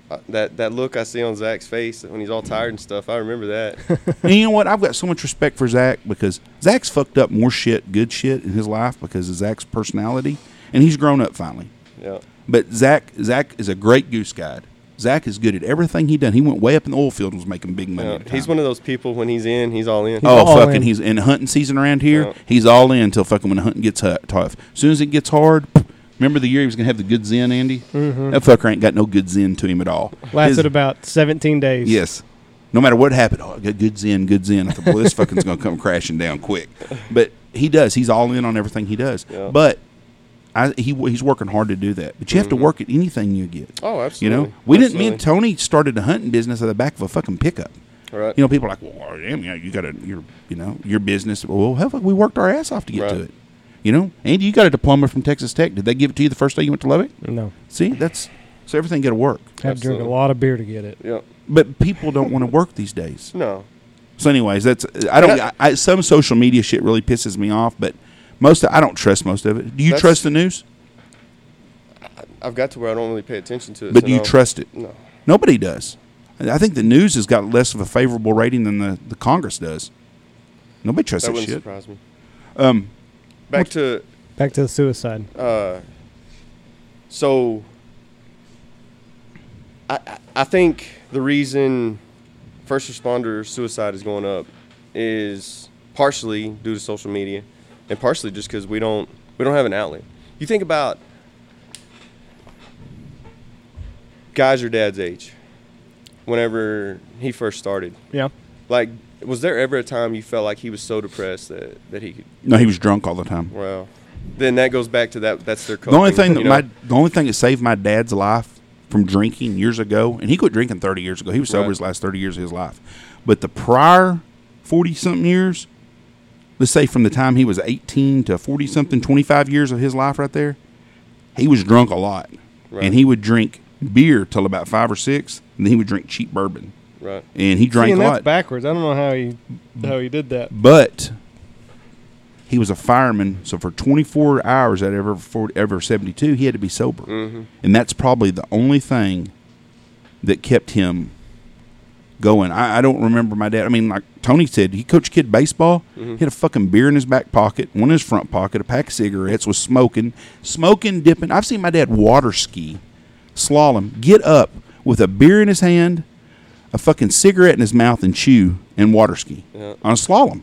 Uh, that that look I see on Zach's face when he's all tired and stuff. I remember that.
*laughs* and you know what? I've got so much respect for Zach because Zach's fucked up more shit, good shit in his life because of Zach's personality, and he's grown up finally.
yeah.
But Zach, Zach is a great goose guide. Zach is good at everything he done. He went way up in the oil field and was making big money.
Yeah.
at the
He's
time.
one of those people when he's in, he's all in.
Oh
all
fucking!
in.
He's in hunting season around here.
Yeah.
He's all in until fucking when the hunting gets hu- tough. As soon as it gets hard, remember the year he was gonna have the good zen, Andy. Mm-hmm. That fucker ain't got no good zen to him at all.
Lasted
His-
about 17 days.
Yes. No matter what happened, oh, I got good zen, good zen. I thought, well, this fucking's gonna come crashing down quick. But he does. He's all in on everything he does.
Yeah.
But I, he he's working hard to do that. But you have to work at anything you get.
Oh,
You
Mm-hmm. absolutely.
know, we didn't. Me
mean
and Tony started a hunting business at the back of a fucking pickup.
Right.
You know, people are like, well, damn, yeah, you got a your, you know, your business. Well, hell, fuck, we worked our ass off to get to
Right.
it. You know, Andy, you got a diploma from Texas Tech. Did they give it to you the first day you went to Lubbock?
No.
See, that's so everything got to work.
Had to drink a
Absolutely.
lot of beer to get it.
yeah.
But people don't want to work these days.
No.
So, anyways, that's I don't. I, I, some social media shit really pisses me off, but most of, I don't trust most of it. Do you
That's-
trust the news?
I've got to where I don't really pay attention to it.
But
so
do you
no.
trust it?
No.
Nobody does. I think the news has got less of a favorable rating than the, the Congress does. Nobody trusts that,
That wouldn't
shit.
surprise me.
Um,
Back to
Back to the suicide.
uh, so I, I- I think the reason first responder suicide is going up is partially due to social media and partially just because we don't we don't have an outlet you think about guys your dad's age whenever he first started
Yeah.
like was there ever a time you felt like he was so depressed that, that he could
no, he was drunk all the time.
well then that goes back to that that's their
The only
coping,
thing that
you know?
my the only thing that saved my dad's life from drinking years ago, and he quit drinking thirty years ago. He was sober
Right.
his last thirty years of his life, but the prior forty something years, let's say from the time he was eighteen to forty something, twenty five years of his life right there, he was drunk a lot,
Right.
and he would drink beer till about five or six, and then he would drink cheap bourbon,
right
and he
See,
drank
and
a
that's
lot.
backwards. I don't know how he how he did that.
but he was a fireman, so for 24 hours out of every 40, ever 72, he had to be sober, and that's probably the only thing that kept him going. I, I don't remember my dad. I mean, like Tony said, he coached kid baseball. He had a fucking beer in his back pocket, one in his front pocket, a pack of cigarettes, was smoking, smoking, dipping. I've seen my dad water ski, slalom, get up with a beer in his hand, a fucking cigarette in his mouth, and chew and water ski
Yeah.
on a slalom.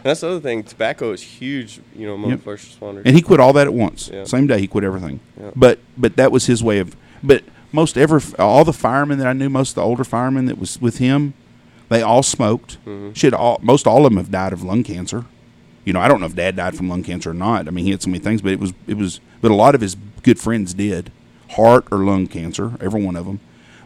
And that's the other thing. Tobacco is huge, you know, among
Yep.
first responders.
And he quit all that at once.
Yeah.
Same day he quit everything.
Yeah.
But but that was his way of. But most ever all the firemen that I knew, most of the older firemen that was with him, they all smoked.
Mm-hmm.
Shit, all most all of them have died of lung cancer. You know, I don't know if Dad died from lung cancer or not. I mean, he had so many things, but it was it was. But a lot of his good friends did, heart or lung cancer, every one of them.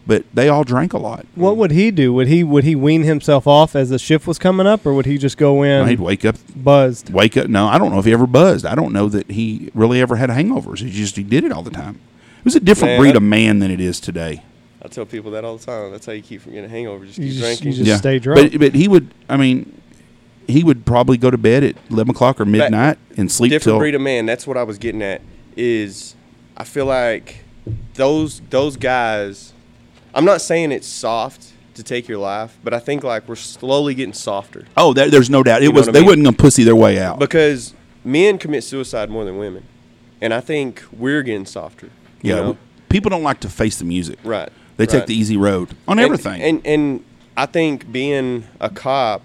But they all drank a lot.
What would he do? Would he would he wean himself off as the shift was coming up, or would he just go in
He'd wake up
buzzed?
wake up. No, I don't know if he ever buzzed. I don't know that he really ever had hangovers. He just he did it all the time. It was a different
Man,
breed
I-
of man than it is today.
I tell people that all the time. That's how you keep from getting a hangover. Just
You
keep
just-
drinking.
you just- stay drunk.
But but he would. I mean, he would probably go to bed at eleven o'clock or midnight and sleep
Different
till.
breed of man. That's what I was getting at. Is I feel like those those guys. I'm not saying it's soft to take your life, but I think like we're slowly getting softer
oh, there, there's no doubt. It
You know
was
what I
they
mean?
wasn't gonna pussy their way out.
because men commit suicide more than women, and I think we're getting softer. you
yeah,
know?
people don't like to face the music.
right.
They
right.
take the easy road on
And-
everything.
And and I think being a cop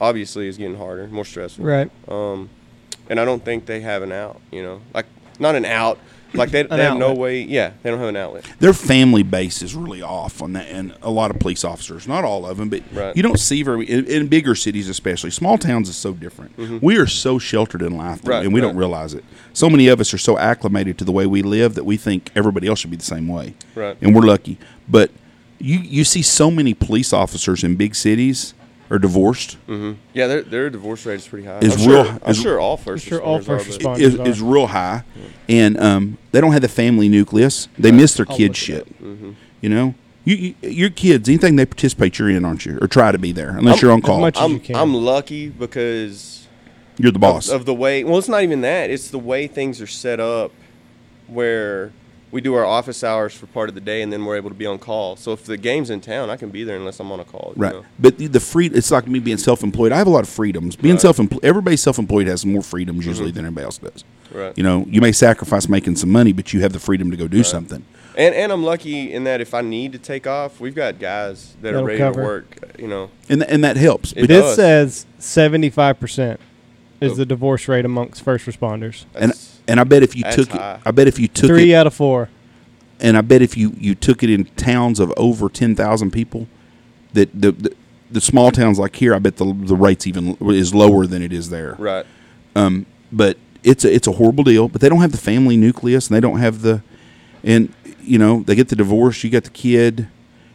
obviously is getting harder, more stressful.
Right.
Um, and I don't think they have an out. You know, like not an out. Like they, they have no
outlet.
way. Yeah, they don't have an outlet.
their family base is really off on that, and a lot of police officers, not all of them, but
Right.
you don't see very in, in bigger cities, especially small towns, is so different. We are so sheltered in life, though,
Mm-hmm. Right,
and we don't
right.
realize it. So many of us are so acclimated to the way we live that we think everybody else should be the same way,
Right.
and we're lucky. But you you see so many police officers in big cities are divorced.
Yeah, their their divorce rate is pretty high.
It's
I'm
real-
Sure, I'm
it's-
sure all first.
sure all
responders
first
are, but-
responders.
is,
are.
is real high, and um, they don't have the family nucleus. They miss their
I'll
kid
look it
shit.
Mm-hmm.
You know, you, you your kids, anything they participate, you're in, aren't you? Or try to be there, unless you're on call.
much-
I'm
You can.
I'm lucky because
you're the boss.
of the way. Well, it's not even that. It's the way things are set up, where we do our office hours for part of the day, and then we're able to be on call. So if the game's in town, I can be there unless I'm on a call. you
Right,
know?
but the, the free it's like me being self-employed. I have a lot of freedoms. Being self-employed, everybody self-employed has more freedoms usually than anybody else does.
Mm-hmm. Right.
You know, you may sacrifice making some money, but you have the freedom to go do something.
And and I'm lucky in that if I need to take off, we've got guys that
That'll
are ready
cover.
to work. You know,
and th- and that helps.
It
But
This
does.
says seventy five percent
Oh.
is the divorce rate amongst first responders.
and
that's-
and I bet if you
that's
took
high.
it, I bet if you took it,
Three out of four.
and I bet if you you took it in towns of over ten thousand people, that the, the the small towns like here, I bet the the rates even is lower than it is there.
right.
But it's a it's a horrible deal. But they don't have the family nucleus, and they don't have the, and you know they get the divorce. You got the kid,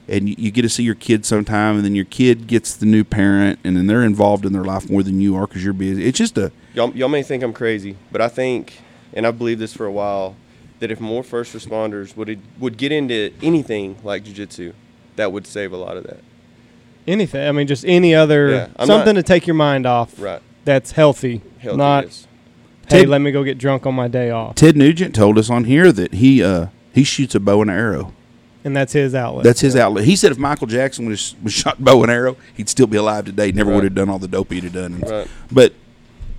and you, you get to see your kid sometime, and then your kid gets the new parent, and then they're involved in their life more than you are because you're busy. It's just a
Y'all, y'all may think I'm crazy, but I think, and I believe this for a while, that if more first responders would would get into anything like jujitsu, that would save a lot of that.
Anything. I mean, just any other
Yeah, I'm
something
not-
to take your mind off.
Right.
That's healthy.
Healthy
not
is.
hey,
Ted-
let me go get drunk on my day off,
Ted Nugent told us on here that he uh, he shoots a bow and arrow.
and that's his outlet.
That's his outlet. He said if Michael Jackson was, was shot bow and arrow, he'd still be alive today. Never
Right.
would have done all the dope he'd have done.
Right.
But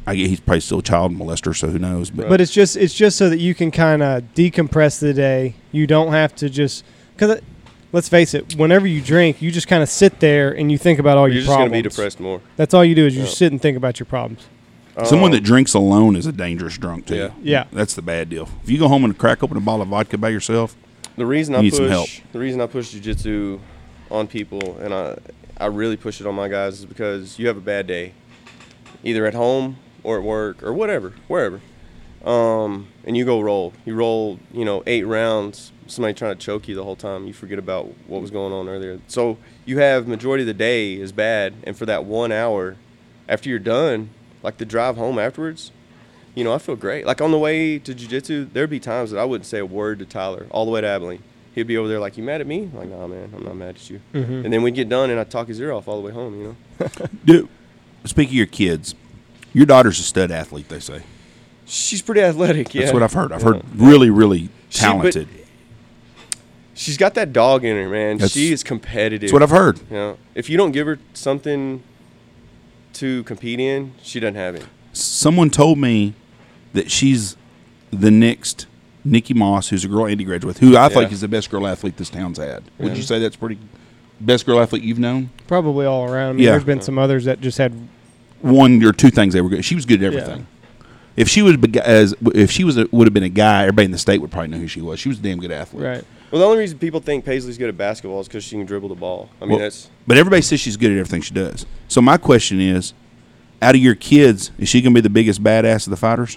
I get he's probably still a child molester, so who knows? But
But it's just it's just so that you can kind of decompress the day. You don't have to just because let's face it, whenever you drink, you just kind of sit there and you think about all
You're
your
just
problems.
gonna be depressed more.
That's all you do is you
Yeah.
sit and think about your problems.
someone
Um,
that drinks alone is a dangerous drunk too.
Yeah.
Yeah.
that's the bad deal. If you go home and crack open a bottle of vodka by yourself,
The reason
You
I
need
push
some help.
the reason I push jujitsu on people and I I really push it on my guys is because you have a bad day, either at home or at work or whatever, wherever. Um, and you go roll. You roll, you know, eight rounds. Somebody trying to choke you the whole time. You forget about what was going on earlier. So you have majority of the day is bad, and for that one hour, after you're done, like the drive home afterwards, you know, I feel great. Like on the way to jujitsu, there'd be times that I wouldn't say a word to Tyler all the way to Abilene. He'd be over there like, "You mad at me?" I'm like, "Nah, man, I'm not mad at you."
Mm-hmm.
Mhm.
And then we'd get done, and I'd talk his ear off all the way home. You know,
dude. Speaking of your kids, your daughter's a stud athlete. They say
she's pretty athletic. Yeah,
that's what I've heard. I've
Yeah.
heard really, really
She- but-
talented.
She's got that dog in her, man.
That's-
she is competitive.
that's what I've heard.
You know, if you don't give her something to compete in, she doesn't have it.
someone told me that she's the next Nikki Moss, who's a girl Andy graduated with, who I think
Yeah.
is the best girl athlete this town's had. Would
Yeah.
you say that's pretty best girl athlete you've known?
Probably all around. I mean,
Yeah.
There's been some others that just had
One or two things they were good. She was good at everything. If she was beg- as if she was a, would have been a guy, everybody in the state would probably know who she was. She was a damn good athlete.
right.
Well, the only reason people think Paisley's good at basketball is because she can dribble the ball. I mean,
Well,
that's
but everybody says she's good at everything she does. So my question is, out of your kids, is she going to be the biggest badass of the fighters?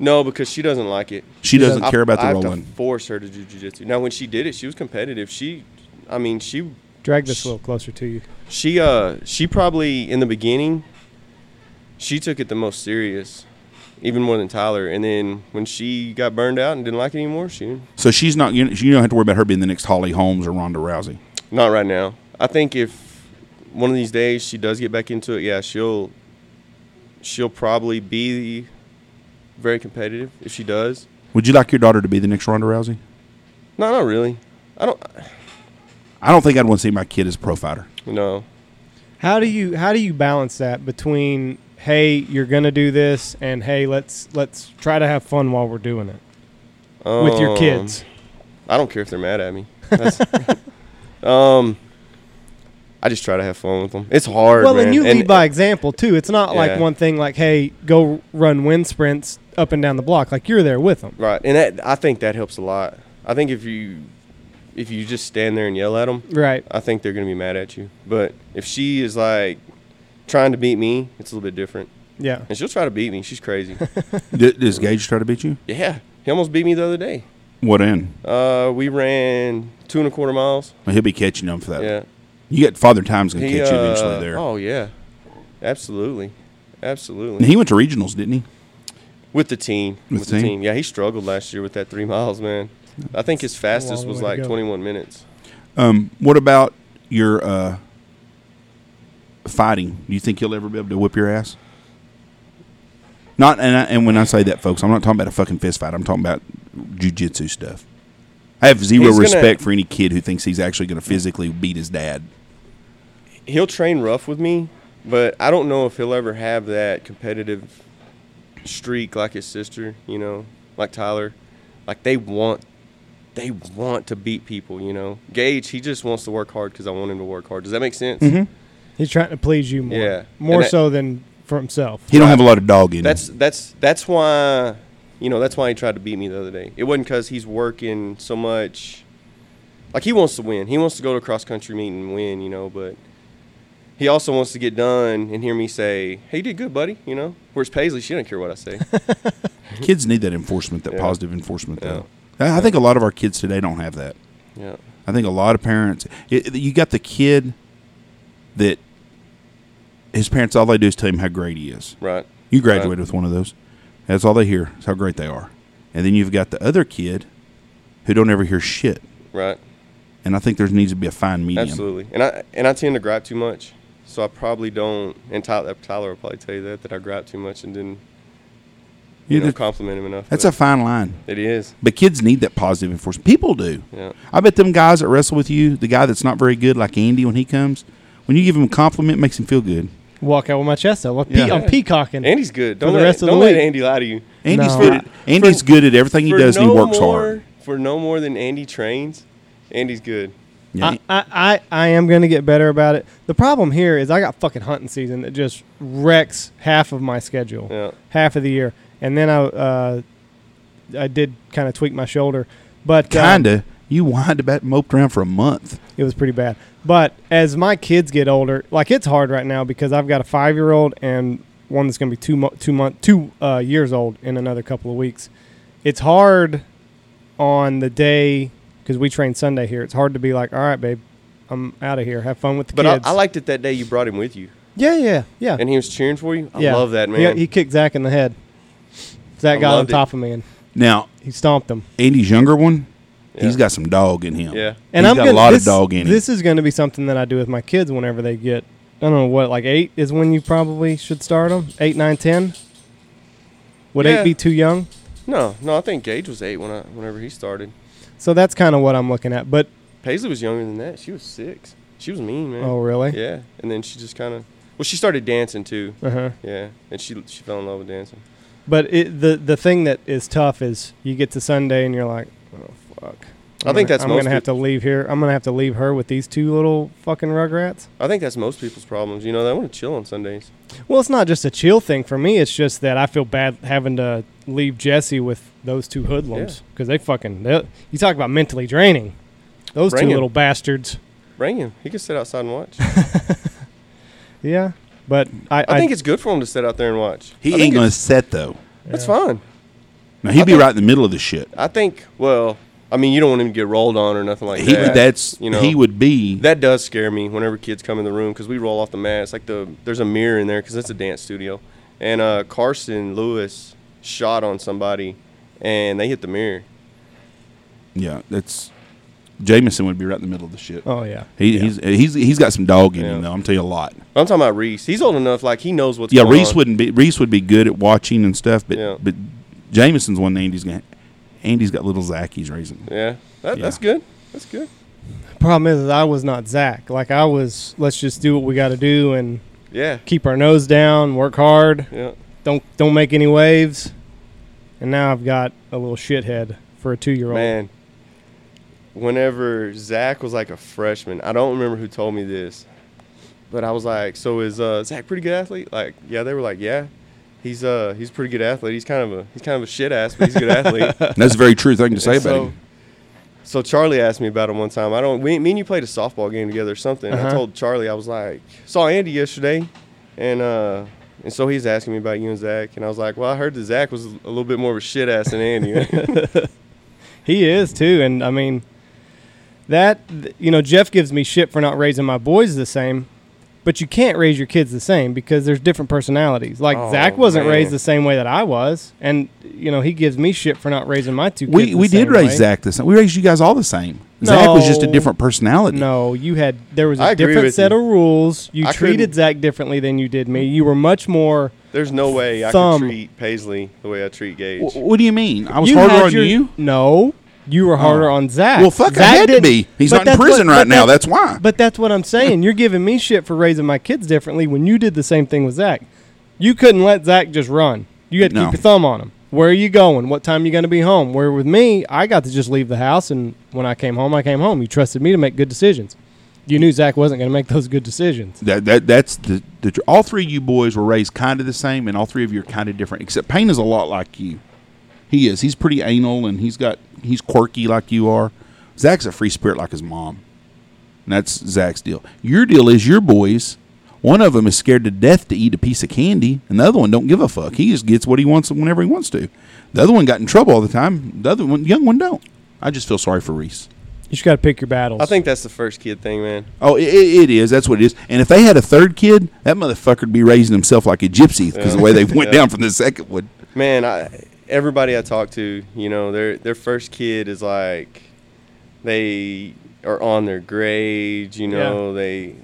no, because she doesn't like it.
She doesn't
I-
care about the
I have to
rolling.
force her to do jujitsu. Now, when she did it, she was competitive. She, I mean, she
Drag this a little closer to you.
She uh she probably in the beginning she took it the most serious, even more than Tyler. And then when she got burned out and didn't like it anymore, she
So she's not. You you don't have to worry about her being the next Holly Holmes or Ronda Rousey.
not right now. I think if one of these days she does get back into it, yeah, she'll she'll probably be very competitive if she does.
Would you like your daughter to be the next Ronda Rousey?
No, not really. I don't
I don't think I'd want to see my kid as a pro fighter.
no.
How do you how do you balance that between hey you're gonna do this and hey let's let's try to have fun while we're doing it with your
Um,
kids?
I don't care if they're mad at me. That's, *laughs* um, I just try to have fun with them. It's hard.
Well,
man.
and you lead by example too. It's not like
Yeah.
one thing like, "Hey, go run wind sprints up and down the block." Like you're there with them.
Right, and that I think that helps a lot. I think if you if you just stand there and yell at them,
Right.
I think they're gonna be mad at you. But if she is like trying to beat me, it's a little bit different.
Yeah.
And she'll try to beat me. She's
*laughs*
crazy.
D- does Gage try to beat you?
yeah, he almost beat me the other day.
What in?
Uh, we ran two and a quarter miles.
Well, he'll be catching them for that.
Yeah,
You got Father Time's going to
he.
catch you eventually
uh,
there.
Oh yeah, absolutely,
And
absolutely.
he went to regionals, didn't he?
with the team,
With
with,
the
the
team?
team. Yeah, he struggled last year with that three miles, man. I think his fastest
long
was
way to
like
go.
21 minutes.
Um, what about your uh, fighting? Do you think he'll ever be able to whip your ass? Not and I, and when I say that, folks, I'm not talking about a fucking fist fight. I'm talking about jujitsu stuff. I have zero
He's gonna-
respect for any kid who thinks he's actually going to physically beat his dad.
he'll train rough with me, but I don't know if he'll ever have that competitive streak like his sister, you know, like Tyler. Like they want they want to beat people, you know. Gage, he just wants to work hard cuz I want him to work hard. Does that make sense?
Mm-hmm.
He's trying to please you more.
Yeah.
More
And that-
so than for himself.
He don't have a lot of dog
Mm.
in him.
That's that's that's why you know, that's why he tried to beat me the other day. It wasn't cuz he's working so much like he wants to win. He wants to go to a cross country meet and win, you know, but he also wants to get done and hear me say, "Hey, you did good, buddy," you know. Whereas Paisley, she don't care what
*laughs*
I say.
*laughs* Kids need that enforcement, that
Yeah.
positive enforcement. Though I I think a lot of our kids today don't have that.
yeah.
I think a lot of parents, it, it- you got the kid that his parents all they do is tell him how great he is.
Right.
You graduated with one of those. That's all they hear is how great they are. And then you've got the other kid who don't ever hear shit.
Right.
And I think there needs to be a fine
E
medium.
Absolutely. And I and I tend to gripe too much, so I probably don't. And Tyler, Tyler will probably tell you that that I gripe too much and didn't you
Yeah,
know,
that-
compliment him enough.
That's a
but
fine line.
it is.
But kids need that positive enforcement. People do.
Yeah.
I bet them guys that wrestle with you, the guy that's not very good, like Andy when he comes, when you give him a compliment, it makes him feel good.
Walk out with my chest up. I'm, pe-
Yeah.
I'm peacocking.
Andy's good. Don't
the
let,
rest of the
don't let
week.
Andy lie to you.
Andy's
No,
good.
I-
at- Andy's good at everything he
For
does, and
no
he works
more,
hard.
For no more than Andy trains, Andy's good.
Yeah.
I, I, I, I am going to get better about it. The problem here is I got fucking hunting season that just wrecks half of my schedule,
Yeah.
half of the year. And then I uh, I did kind of tweak my shoulder, but uh,
Kinda. You whined about moped around for a month.
it was pretty bad. But as my kids get older, like it's hard right now because I've got a five year old and one that's going to be two mo- two month two uh, years old in another couple of weeks. It's hard on the day because we train Sunday here. It's hard to be like, all right, babe, I'm out of here. Have fun with the
But I,
kids.
I liked it that day you brought him with you,
Yeah, yeah, yeah.
and he was cheering for you. I
yeah.
love that man.
He, he kicked Zach in the head. Zach
I
got on
loved it.
top of me and
Now,
he stomped him.
Andy's younger one,
Yeah.
he's got some dog in him.
Yeah.
And
He's
I'm
got a
gonna,
lot of
this,
dog in him.
This is going to be something that I do with my kids whenever they get. I don't know what, like eight is when you probably should start them. Eight, nine, ten. Would
Yeah.
eight be too young?
No, no, I think Gage was eight when I, whenever he started.
So that's kind of what I'm looking at. But
Paisley was younger than that. She was six. She was mean, man.
oh, really?
Yeah, and then she just kind of well, she started dancing too.
Uh huh.
Yeah, and she she fell in love with dancing.
But it, the the thing that is tough is you get to Sunday and you're like, oh fuck.
I think
gonna-
that's
I'm
most
gonna have to
peop-
leave here. I'm gonna have to leave her with these two little fucking rugrats.
I think that's most people's problems. You know, they want to chill on Sundays.
Well, it's not just a chill thing for me. It's just that I feel bad having to leave Jesse with those two hoodlums because they fucking. They, you talk about mentally draining. Those
Bring
two
'em.
little bastards.
Bring him. He can sit outside
*laughs*
and watch.
Yeah, but I,
I think it's good for him to sit out there and watch.
He
I think
ain't going to
it's-
set, though.
That's fine.
Now, he'd
I
be
think-
right in the middle of the shit.
I think. Well, I mean, you don't want him to get rolled on or nothing like
he
that.
would, that's
you know
he would be
That does scare me whenever kids come in the room because we roll off the mat. It's like the there's a mirror in there because it's a dance studio, and uh, Carson Lewis shot on somebody, and they hit the mirror.
yeah that's Jameson would be right in the middle of the shit
Oh yeah.
he, he's he's he's got some dog in
Yeah.
him though I'm telling you a lot
I'm talking about Reese. He's old enough, like he knows what's
yeah
going
Reese
on.
wouldn't be Reese would be good at watching and stuff but
Yeah.
but Jameson's one that Andy's gonna Andy's got little Zach he's raising
Yeah, that,
Yeah.
that's good. That's good.
Problem is, is I was not Zach. Like I was. Let's just do what we got to do and
Yeah,
keep our nose down, work hard,
yeah.
don't don't make any waves. And now I've got a little shithead for a two year old.
Man, whenever Zach was like a freshman, I don't remember who told me this, but I was like, "So is uh, Zach pretty good athlete?" Like, yeah, they were like, "Yeah, he's uh he's a pretty good athlete. He's kind of a he's kind of a shit ass, but he's a good athlete."
And that's a very true thing to say
And
about
so,
him
so Charlie asked me about him one time. I don't. We, me and you played a softball game together or something. I
Uh-huh.
told Charlie I was like saw Andy yesterday, and uh, and so he's asking me about you and Zach, and I was like, well, I heard that Zach was a little bit more of a shit ass than Andy.
He is too, and I mean that th- you know Jeff gives me shit for not raising my boys the same, but you can't raise your kids the same because there's different personalities. Like
Oh,
Zach wasn't
man.
raised the same way that I was, and you know he gives me shit for not raising my two. kids
we
the
we did
same
raise
way.
Zach the same we raised you guys all the same Zach was just a
No.
different personality
No, you had there was a
I agree
different
with
set
you.
of rules. You
I
treated
couldn't-
Zach differently than you did me. You were much more.
There's no way I
Thumb.
can treat Paisley the way I treat Gage.
Wh- what do you mean I was
you
harder
had
on
your-
you Oh.
No, you were harder on Zach.
well fuck I
Zach
had to
didn't-
be he's
but
not in
that's what-
prison right
but
now
that's-
that's why
But that's what I'm saying. You're giving me shit for raising my kids differently when you did the same thing with Zach. You couldn't let Zach just run. You had to
No.
keep your thumb on him. Where are you going? What time you going to be home? Where with me, I got to just leave the house, and when I came home, I came home. You trusted me to make good decisions. You knew Zach wasn't going to make those good decisions.
That, that that's the, the tr- all three of you boys were raised kind of the same, and all three of you are kind of different. Except Payne is a lot like you. He is. He's pretty anal, and he's got he's quirky like you are. Zach's a free spirit like his mom, and that's Zach's deal. Your deal is your boys. One of them is scared to death to eat a piece of candy, and the other one don't give a fuck. He just gets what he wants whenever he wants to. The other one got in trouble all the time. The other one, young one, don't. I just feel sorry for Reese.
You just got to pick your battles.
I think that's the first kid thing, man.
Oh, it, it is. That's what it is. And if they had a third kid, that motherfucker'd be raising himself like a gypsy because the way they went
Yeah.
down from the second one.
Man, I everybody I talk to, you know, their their first kid is like they are on their grades, you know, they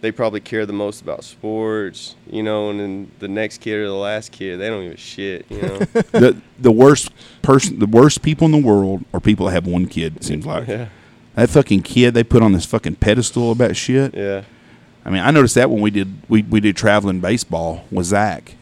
they probably care the most about sports, you know, and then the next kid or the last kid, they don't give a shit, you
*laughs*
know.
the the worst person, the worst people in the world are people that have one kid. It seems like
yeah.
that fucking kid they put on this fucking pedestal about shit.
Yeah.
I mean, I noticed that when we did we, we did traveling baseball with Zach,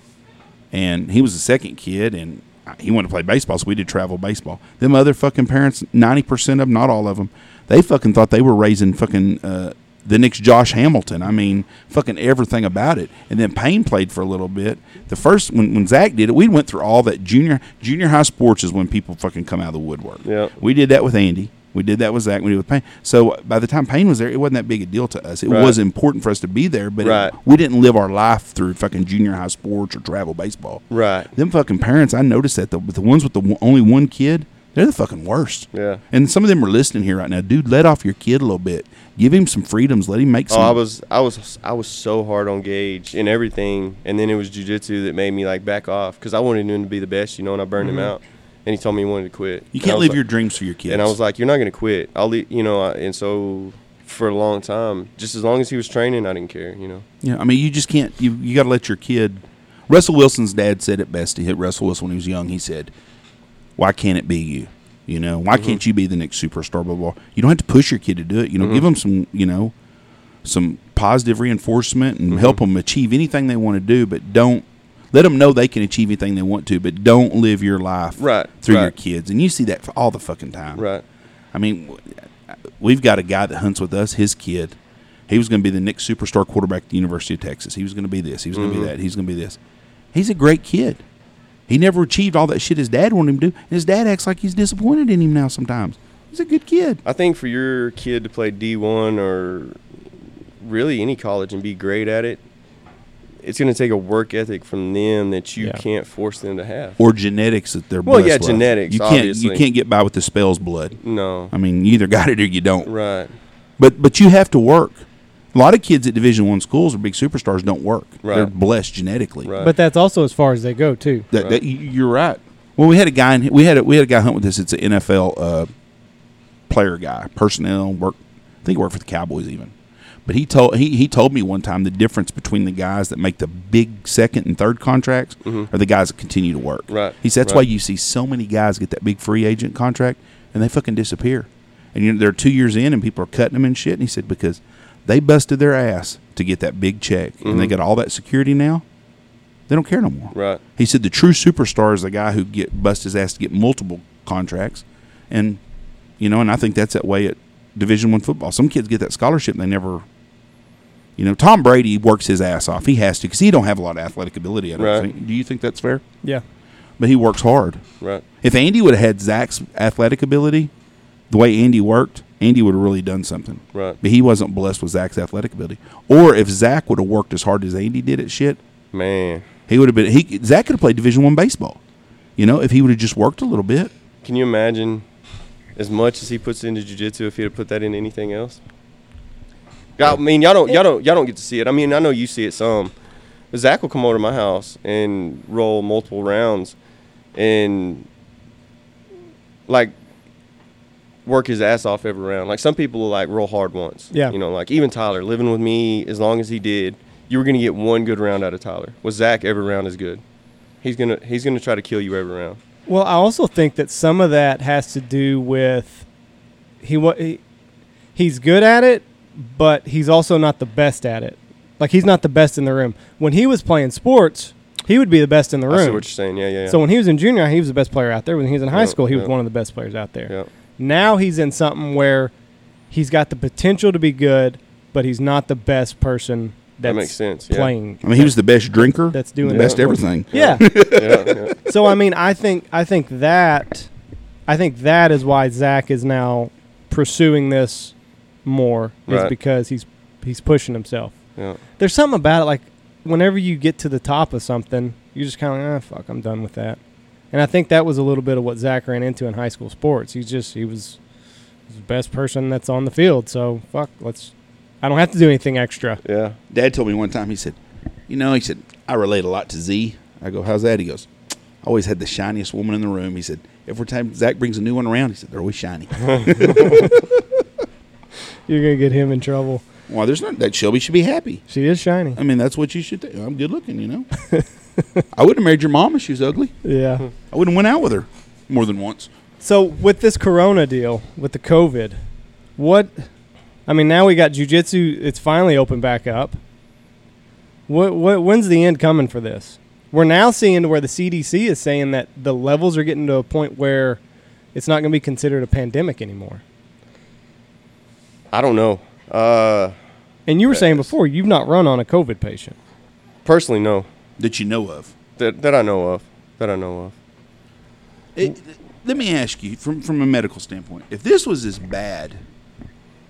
and he was the second kid, and I- he wanted to play baseball, so we did travel baseball. Them other fucking parents, ninety percent of them, not all of them, they fucking thought they were raising fucking uh, the next Josh Hamilton. I mean, fucking everything about it. And then Payne played for a little bit. The first when when Zach did it, we went through all that junior junior high sports is when people fucking come out of the woodwork.
Yeah.
We did that with Andy. We did that with Zach. We did it with Payne. So by the time Payne was there, it wasn't that big a deal to us. It
Right.
was important for us to be there, but it-
Right.
we didn't live our life through fucking junior high sports or travel baseball.
Right.
Them fucking parents, I noticed that the, the ones with the one, only one kid, they're the fucking worst.
Yeah.
And some of them are listening here right now, dude. Let off your kid a little bit. Give him some freedoms. Let him make some.
Oh, I was I was I was so hard on Gage and everything, and then it was jujitsu that made me like back off because I wanted him to be the best, you know, and I burned him out. And he told me he wanted to quit.
Mm-hmm. you
And
can't
I was
leave
like-
your dreams for your kids.
And I was like, "You're not gonna quit. I'll leave," you know. I- And so for a long time, just as long as he was training, I didn't care, you know.
Yeah, I mean, you just can't. You you got to let your kid. Russell Wilson's dad said it best. He hit Russell Wilson when he was young. He said, "Why can't it be you? You know, why can't you be the next superstar?" Blah blah. You don't have to push your kid to do it. You know,
Mm-hmm.
give them some. You know, some positive reinforcement
Mm-hmm.
and help 'em help them achieve anything they want to do. But don't let them know they can achieve anything they want to. But don't live your life
Right,
through your
right.
kids. And you see that all the fucking time.
Right.
I mean, w- we've got a guy that hunts with us. His kid, he was going to be the next superstar quarterback at the University of Texas. He was going to be this. He was going to
Mm-hmm.
be that. He's going to be this. He's a great kid. He never achieved all that shit his dad wanted him to do. And his dad acts like he's disappointed in him now. Sometimes he's a good kid.
I think for your kid to play D1 or really any college and be great at it, it's going to take a work ethic from them that you
Yeah.
can't force them to have.
Or genetics that they're
Well, yeah,
blessed with.
genetics,
You can't you
obviously.
can't get by with the spell's blood.
No.
I mean, you either got it or you don't.
Right.
But but you have to work. A lot of kids at Division One schools or big superstars don't work. They're
Right.
blessed genetically.
Right.
But that's also as far as they go too.
That,
Right.
that you- you're right. Well, we had a guy. In, we had a, we had a guy hunt with us. It's an NFL uh, player guy, personnel work. I think he worked for the Cowboys even. But he told he, he told me one time the difference between the guys that make the big second and third contracts are the guys that continue to work.
Right,
He said that's
right.
why you see so many guys get that big free agent contract and they fucking disappear. And you know, they're two years in and people are cutting them and shit. And he said because they busted their ass to get that big check and they got all that security now. They don't care no more.
Right.
He said the true superstar is the guy who get bust his ass to get multiple contracts, and you know, and I think that's that way at Division One football. Some kids get that scholarship and they never, you know, Tom Brady works his ass off. He has to because he don't have a lot of athletic ability. I don't
Right.
think. Do you think that's fair?
Yeah.
But he works hard.
Right.
If Andy would have had Zach's athletic ability, the way Andy worked, Andy would have really done something.
Right.
But he wasn't blessed with Zach's athletic ability. Or if Zach would have worked as hard as Andy did at shit,
Man.
he would have been. He Zach could have played Division One baseball. You know, if he would have just worked a little bit.
Can you imagine as much as he puts into jiu-jitsu if he'd have put that into anything else? I mean, y'all don't y'all don't y'all don't get to see it. I mean, I know you see it some. But Zach will come over to my house and roll multiple rounds and like work his ass off every round. Like some people will like roll hard once.
Yeah.
You know, like even Tyler living with me as long as he did, you were gonna get one good round out of Tyler. With Zach, every round is good. He's gonna he's gonna try to kill you every round.
Well, I also think that some of that has to do with he wa- he he's good at it, but he's also not the best at it. Like he's not the best in the room. When he was playing sports, he would be the best in the
I see
room.
what you're saying. Yeah, yeah, yeah.
So when he was in junior high, he was the best player out there. When he was in high
Yeah,
school, he was
yeah.
one of the best players out there.
*laughs* Yeah.
Now he's in something where he's got the potential to be good, but he's not the best person that's
That makes sense. Yeah.
playing.
I mean, he was the best drinker.
That's doing
the
it.
best everything.
yeah.
yeah, yeah.
so I mean, I think I think that I think that is why Zach is now pursuing this more is
Right.
because he's he's pushing himself.
Yeah.
There's something about it like whenever you get to the top of something, you're just kind of like, ah, fuck, I'm done with that. And I think that was a little bit of what Zach ran into in high school sports. He's just he was, he was the best person that's on the field. So fuck, let's. I don't have to do anything extra.
Yeah.
Dad told me one time. He said, "You know," he said, "I relate a lot to Z." I go, "How's that?" He goes, "I always had the shiniest woman in the room." He said, "Every time Zach brings a
*laughs*
new one around, he said they're always shiny."
You're gonna get him in trouble.
Why there's not that Shelby should be happy.
She is shiny.
I mean, that's what you should do. I'm good looking, you know. *laughs* I wouldn't have married your mom if she was ugly.
Yeah.
I wouldn't have went out with her more than once.
So with this corona deal, with the COVID, what I mean now we got jujitsu, it's finally open back up. What what when's the end coming for this? We're now seeing where the CDC is saying that the levels are getting to a point where it's not going to be considered a pandemic anymore.
I don't know. Uh,
And you were saying
Yes.
before you've not run on a COVID patient.
personally, no.
That you know of.
That that I know of. That I know of.
It, let me ask you from from a medical standpoint, if this was as bad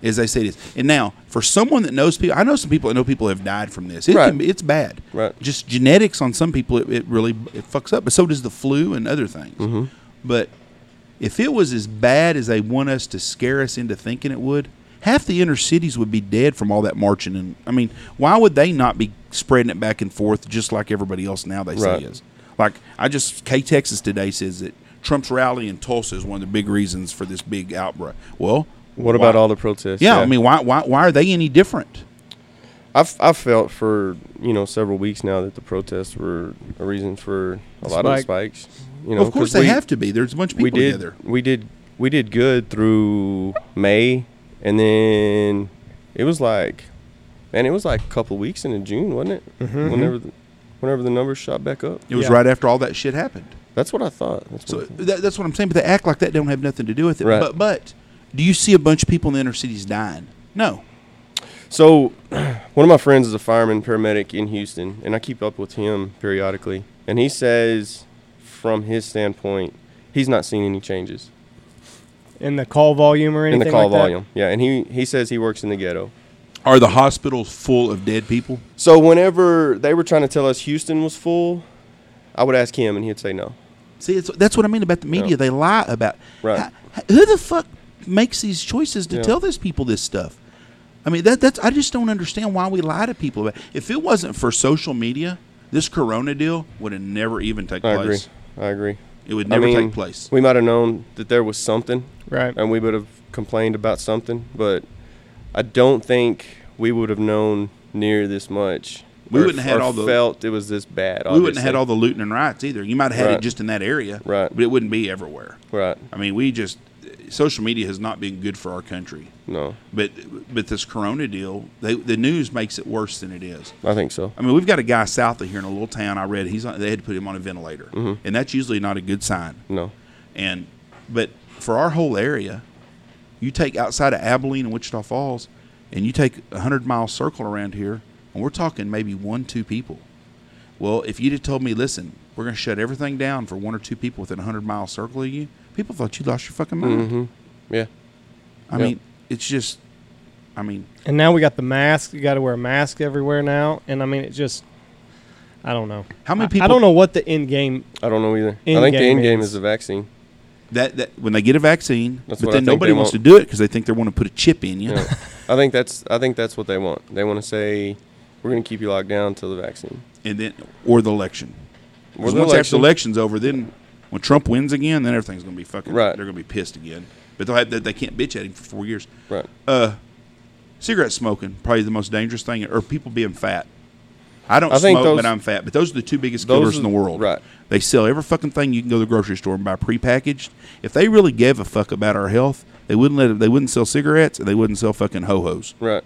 as they say it is, and now for someone that knows people, I know some people that know people have died from this. It
Right.
can be, it's bad.
Right.
Just genetics on some people, it, it really it fucks up. But so does the flu and other things.
Mm-hmm.
But if it was as bad as they want us to scare us into thinking it would, half the inner cities would be dead from all that marching. And I mean, why would they not be spreading it back and forth just like everybody else now? They
Right.
say is like I just K Texas today says that Trump's rally in Tulsa is one of the big reasons for this big outbreak. Well,
What about
why-
all the protests?
Yeah, I mean, why why why are they any different?
I've I've felt for you know several weeks now that the protests were a reason for a lot of the spikes. You know,
of course
'cause
they
we-
have to be. There's a bunch of people
we did
together.
we did we did good through May, and then it was like, man, it was like a couple weeks into June, wasn't it?
Mhm.
Whenever, the, whenever the numbers shot back up.
It was
Yeah.
right after all that shit happened.
That's what I thought. That's
So
what I thought.
that, that's what I'm saying. But they act like that don't have nothing to do with it.
Right.
But but do you see a bunch of people in the inner cities dying? No.
So, *clears throat* one of my friends is a fireman paramedic in Houston, and I keep up with him periodically. And he says, from his standpoint, he's not seen any changes
In the call volume or
in
anything
the call
like that?
volume. Yeah, and he, he says he works in the ghetto.
Are the hospitals full of dead people?
So, whenever they were trying to tell us Houston was full, I would ask him, and he'd say no.
See, it's, that's what I mean about the media.
Yeah.
They lie about.
Right.
Ha- ha- who the fuck makes these choices to
Yeah.
tell these people this stuff? I mean, that that's I just don't understand why we lie to people. about If it wasn't for social media, this Corona deal would have never even taken
I
place.
agree. I agree.
It would never
I mean,
take place.
We might have known that there was something,
Right.
and we would have complained about something, but I don't think we would have known near this much.
We
or-
wouldn't have had
or
all the-
felt it was this bad.
We wouldn't have had all
obviously.
the looting and riots either. You might have had it
Right.
just in that area,
Right.
But it wouldn't be everywhere.
right.
I mean, we just social media has not been good for our country.
No,
But but this Corona deal, they, the news makes it worse than it is.
I think so.
I mean, we've got a guy south of here in a little town. I read he's on, they had to put him on a ventilator, and that's usually not a good sign.
No,
And but for our whole area, you take outside of Abilene and Wichita Falls, and you take a hundred mile circle around here, and we're talking maybe one two people. Well, if you'd have told me, listen, we're going to shut everything down for one or two people within a hundred mile circle of you, people thought you lost your fucking mind.
yeah,
I
Yeah.
mean, it's just, I mean,
And now we got the mask. You got to wear a mask everywhere now. And I mean, it just, I don't know.
How many
I- I
people-
don't know what the end game.
I don't know either.
End
I think the
game
end game
is-
is the vaccine.
that, that when they get a vaccine,
That's
but
what I
then
think
nobody
they
wants to
want.
do it because they think they want to put a chip in you.
Yeah. I think that's I think that's what they want. They want to say we're going to keep you locked down until the vaccine.
*laughs* and then, or the election.
Or
'Cause
the
once after the
election.
election's over, then when Trump wins again, then everything's going to be fucking,
Right.
they're going to be pissed again. But they'll have, they, they can't bitch at him for four years.
Right.
Uh, cigarette smoking, probably the most dangerous thing, or people being fat. I don't
I think
smoke,
those-
but I'm fat. But those are the two biggest
Those
killers
are-
in the world.
right.
They sell every fucking thing you can go to the grocery store and buy prepackaged. If they really gave a fuck about our health, they wouldn't let. They wouldn't sell cigarettes and they wouldn't sell fucking ho hos.
Right.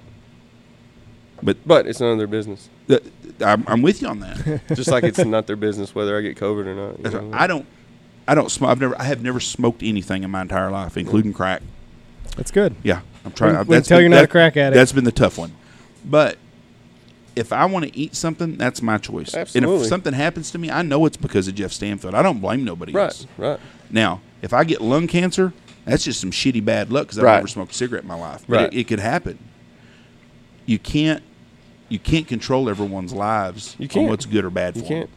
But
But it's none of their business.
th- I'm, I'm with you on
*laughs*
that.
Just
*laughs*
like it's not their business whether I get COVID or not. you
That's
know?
right. I don't. I don't smoke. I've never. I have never smoked anything in my entire life, including crack.
That's good.
Yeah, I'm trying.
We-
I've-
we
that's
tell
been-
you're not a
that-
crack addict.
That's been the tough one. But if I want to eat something, that's my choice. And
Absolutely.
if something happens to me, I know it's because of Jeff Stanfield. I don't blame nobody
Right.
else.
Right.
Now, if I get lung cancer, that's just some shitty bad luck because I've
Right.
never smoked a cigarette in my life. But
Right.
it, it could happen. You can't. You can't control everyone's lives
You
on
can't.
what's good or bad
You
for 'em.
can't.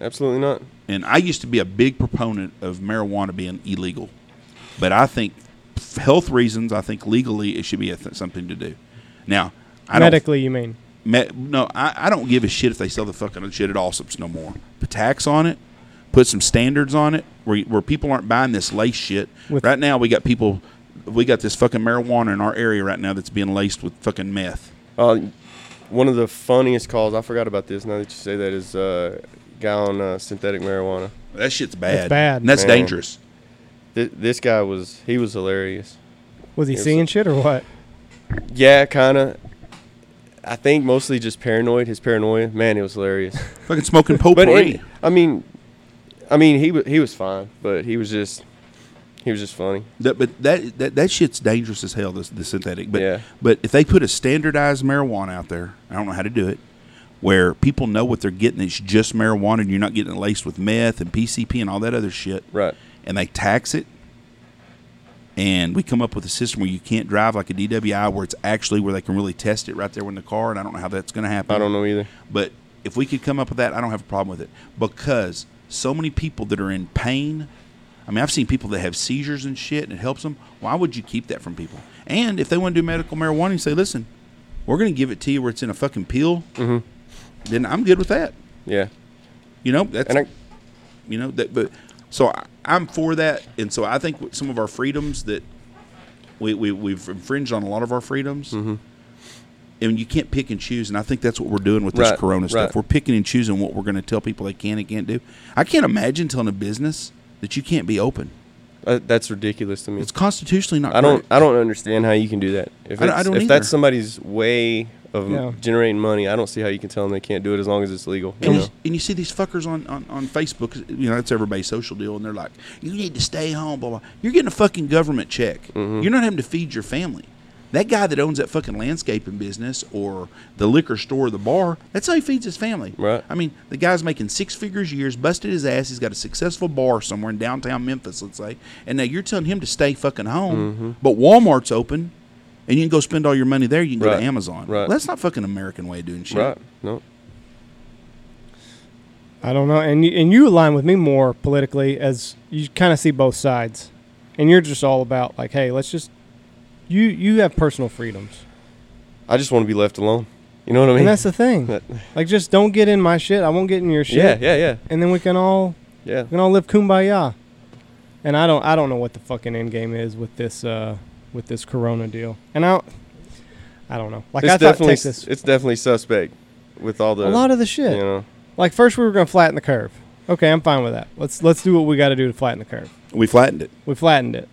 Absolutely not.
And I used to be a big proponent of marijuana being illegal, but I think for health reasons, I think legally it should be a th- something to do. Now, I
Medically, you mean?
don't me, no, I, I don't give a shit if they sell the fucking shit at Allsups no more. Put tax on it, put some standards on it where where people aren't buying this lace shit.
With-
right now, we got people, we got this fucking marijuana in our area right now that's being laced with fucking meth.
Uh, one of the funniest calls I forgot about this. Now that you say that is uh, guy on uh, synthetic marijuana.
That shit's bad.
bad.
And that's
Man.
dangerous.
Th- this guy was he was hilarious.
Was he
Yes.
seeing shit or what?
Yeah, kind of. I think mostly just paranoid. His paranoia, man, it was hilarious.
Fucking smoking
But
potpourri.
it, I mean, I mean, he wa- he was fine, but he was just he was just funny.
That, but that, that that shit's dangerous as hell. This the synthetic. But
Yeah.
but if they put a standardized marijuana out there, I don't know how to do it, where people know what they're getting. It's just marijuana, and you're not getting it laced with meth and PCP and all that other shit.
Right.
And they tax it, and we come up with a system where you can't drive like a DWI, where it's actually where they can really test it right there in the car. And I don't know how that's going to happen.
I don't know either.
But if we could come up with that, I don't have a problem with it because so many people that are in pain. I mean, I've seen people that have seizures and shit, and it helps them. Why would you keep that from people? And if they want to do medical marijuana, you say, listen, we're going to give it to you where it's in a fucking pill. Mm-hmm. Then I'm good with that.
Yeah.
You know, that's
And I,
you know that. But so I, I'm for that, and so I think with some of our freedoms that we, we we've infringed on a lot of our freedoms.
Mm-hmm.
And you can't pick and choose, and I think that's what we're doing with this
Right,
Corona stuff.
right.
We're picking and choosing what we're going to tell people they can and can't do. I can't imagine telling a business that you can't be open.
uh, that's ridiculous to me.
It's constitutionally not.
I don't
correct.
I don't understand how you can do that. If
I don't- I
it's-
don't
if
either.
that's somebody's way of m-
Yeah.
generating money, I don't see how you can tell them they can't do it as long as it's legal. You
And you,
know?
and you see these fuckers on, on, on Facebook, you know, that's everybody's social deal, and they're like, you need to stay home, blah, blah. You're getting a fucking government check.
Mm-hmm.
You're not having to feed your family. That guy that owns that fucking landscaping business or the liquor store or the bar, that's how he feeds his family.
Right.
I mean, the guy's making six figures a year, he's busted his ass, he's got a successful bar somewhere in downtown Memphis, let's say. And now you're telling him to stay fucking home,
Mm-hmm.
but Walmart's open and you can go spend all your money there, you can go
Right.
to Amazon.
Right.
that's not fucking American way of doing shit.
Right. No.
I don't know. And you, and you align with me more politically as you kind of see both sides, and you're just all about like, hey, let's just you you have personal freedoms,
I just want to be left alone. You know what I mean?
and
*laughs*
that's the thing.
That-
Like, just don't get in my shit. I won't get in your *laughs* shit.
yeah, yeah, yeah.
And then we can all
Yeah.
we can all live kumbaya. And I don't I don't know what the fucking end game is with this uh with this Corona deal. And I I don't know. Like
it's
I thought
definitely
Texas
s- it's definitely suspect with all the
a lot of the shit.
you know.
Like first we were gonna flatten the curve. Okay, I'm fine with that. Let's let's do what we got to do to flatten the curve.
We flattened it.
We flattened it,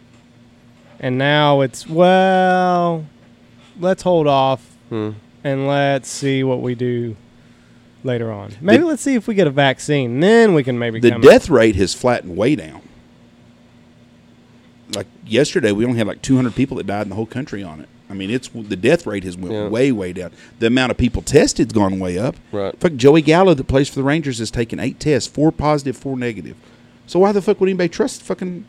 and now it's well, let's hold off
Hmm.
and let's see what we do later on. Maybe
The-
let's see if we get a vaccine, then we can maybe
the
come
death rate has flattened way down. Like yesterday, we only had like 200 people that died in the whole country on it. I mean, it's the death rate has went
Yeah.
way, way down. The amount of people tested's gone way up.
Right.
Fuck Joey Gallo that plays for the Rangers has taken eight tests, four positive, four negative. So why the fuck would anybody trust fucking?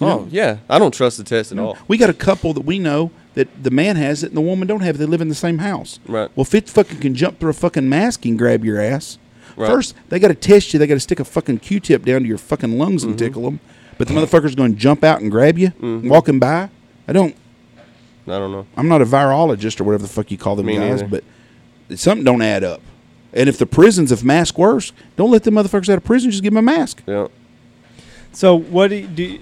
you
Oh,
know,
yeah. I don't trust the test at all.
we got a couple that we know that the man has it and the woman don't have it. They live in the same house.
Right.
Well, if it fucking can jump through a fucking mask and grab your ass,
Right.
first they got to test you. They got to stick a fucking Q-tip down to your fucking lungs
Mm-hmm.
and tickle them. But the motherfucker's going to jump out and grab you walking by. I don't.
I don't know.
I'm not a virologist or whatever the fuck you call them
Me
guys,
neither.
but something don't add up. And if the prisons have mask worse, don't let the motherfuckers out of prison. Just give them a mask.
Yeah.
So what do, you, do you-